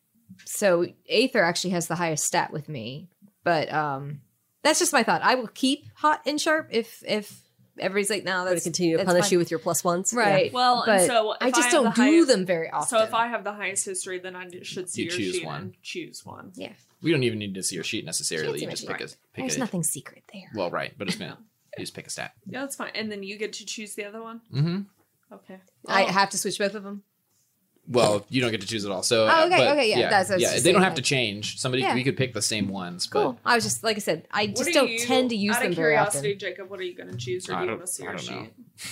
Speaker 4: so Aether actually has the highest stat with me, but um, that's just my thought. I will keep hot and sharp if if everybody's like, no,
Speaker 3: Going to
Speaker 4: that's
Speaker 3: continue to
Speaker 4: that's
Speaker 3: punish
Speaker 4: fine.
Speaker 3: you with your plus ones.
Speaker 4: right.
Speaker 5: Well,
Speaker 4: but
Speaker 5: and so if
Speaker 4: I just
Speaker 5: have
Speaker 4: don't
Speaker 5: the
Speaker 4: do
Speaker 5: highest-
Speaker 4: them very often.
Speaker 5: So if I have the highest history, then I should see
Speaker 2: You
Speaker 5: your
Speaker 2: choose
Speaker 5: sheet
Speaker 2: one.
Speaker 5: and choose one.
Speaker 4: yeah,
Speaker 2: We don't even need to see your sheet necessarily.
Speaker 4: Can't
Speaker 2: You
Speaker 4: see
Speaker 2: just
Speaker 4: my
Speaker 2: pick a pick
Speaker 4: there's
Speaker 2: a.
Speaker 4: nothing secret there.
Speaker 2: Well, right, but it's been, you just pick a stat.
Speaker 5: Yeah, that's fine. And then you get to choose the other one.
Speaker 2: Mm-hmm.
Speaker 5: Okay.
Speaker 4: I have to switch both of them.
Speaker 2: Well, you don't get to choose it all. So
Speaker 4: Oh,
Speaker 2: uh,
Speaker 4: okay,
Speaker 2: but
Speaker 4: okay, yeah, that's- that's
Speaker 2: yeah.
Speaker 4: just
Speaker 2: They don't
Speaker 4: saying,
Speaker 2: have to
Speaker 4: like-
Speaker 2: change. Somebody
Speaker 4: Yeah.
Speaker 2: we could pick the same ones.
Speaker 4: Cool. I was just like I said, I
Speaker 5: What
Speaker 4: just
Speaker 5: are
Speaker 4: don't
Speaker 5: you-
Speaker 4: tend to use
Speaker 5: out
Speaker 4: them
Speaker 5: of
Speaker 4: very often.
Speaker 5: curiosity,
Speaker 4: And
Speaker 5: Jacob, what are you going to choose, or
Speaker 2: I
Speaker 5: do you
Speaker 2: don't-
Speaker 5: want to see
Speaker 2: I
Speaker 5: your
Speaker 2: don't know.
Speaker 5: sheet?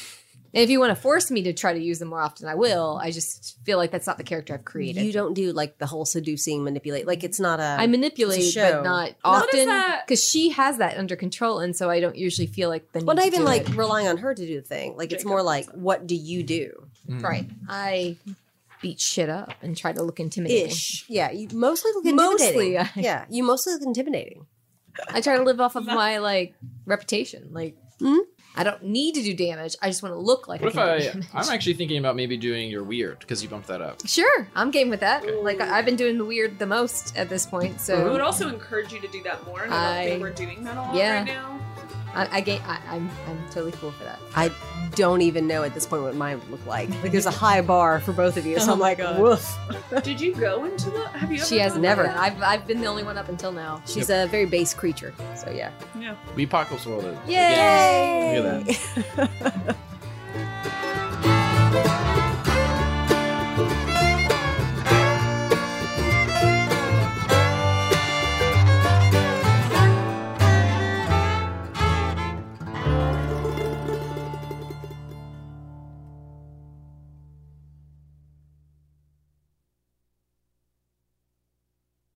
Speaker 4: if you want to force me to try to use them more often, I will. I just feel like that's not the character I've created.
Speaker 3: You don't do like the whole seducing, manipulate. Like it's not a.
Speaker 4: I manipulate,
Speaker 3: It's a
Speaker 4: but
Speaker 3: show.
Speaker 4: not
Speaker 5: What is
Speaker 4: often
Speaker 5: that?
Speaker 4: because she has that under control, and so I don't usually feel like the need
Speaker 3: well, not
Speaker 4: to
Speaker 3: even
Speaker 4: do
Speaker 3: like
Speaker 4: it.
Speaker 3: relying on her to do the thing. Like it's
Speaker 5: Jacob
Speaker 3: more
Speaker 5: does
Speaker 3: like,
Speaker 5: it.
Speaker 3: what do you do?
Speaker 2: Mm.
Speaker 4: right. I beat shit up and try to look intimidating.
Speaker 3: Ish. Yeah. You mostly look
Speaker 4: Mostly,
Speaker 3: intimidating.
Speaker 4: I,
Speaker 3: yeah. You mostly look intimidating.
Speaker 4: I try to live off of my like reputation. Like
Speaker 3: Mhm.
Speaker 4: I don't need to do damage. I just want to look like.
Speaker 2: What if
Speaker 4: I? can do
Speaker 2: I?
Speaker 4: damage.
Speaker 2: I'm actually thinking about maybe doing your weird because you bumped that up.
Speaker 4: Sure, I'm game with that. Like I- I've been doing the weird the most at this point,
Speaker 5: I would
Speaker 4: so
Speaker 5: also encourage you to do that more. And I, don't
Speaker 4: I-
Speaker 5: think we're doing that a lot
Speaker 4: yeah.
Speaker 5: right now.
Speaker 4: I, I, ga- I I'm I'm totally cool for that.
Speaker 3: I don't even know at this point what mine would look like. Like there's a high bar for both of you.
Speaker 4: Oh
Speaker 3: So I'm like, woof.
Speaker 5: Did you go into the? Have you? Ever
Speaker 4: She has
Speaker 5: done
Speaker 4: never.
Speaker 5: that?
Speaker 4: I've I've been the only one up until now.
Speaker 3: She's a very base creature. So yeah.
Speaker 2: We apocalypse world. is-
Speaker 4: Yay!
Speaker 2: Look at that.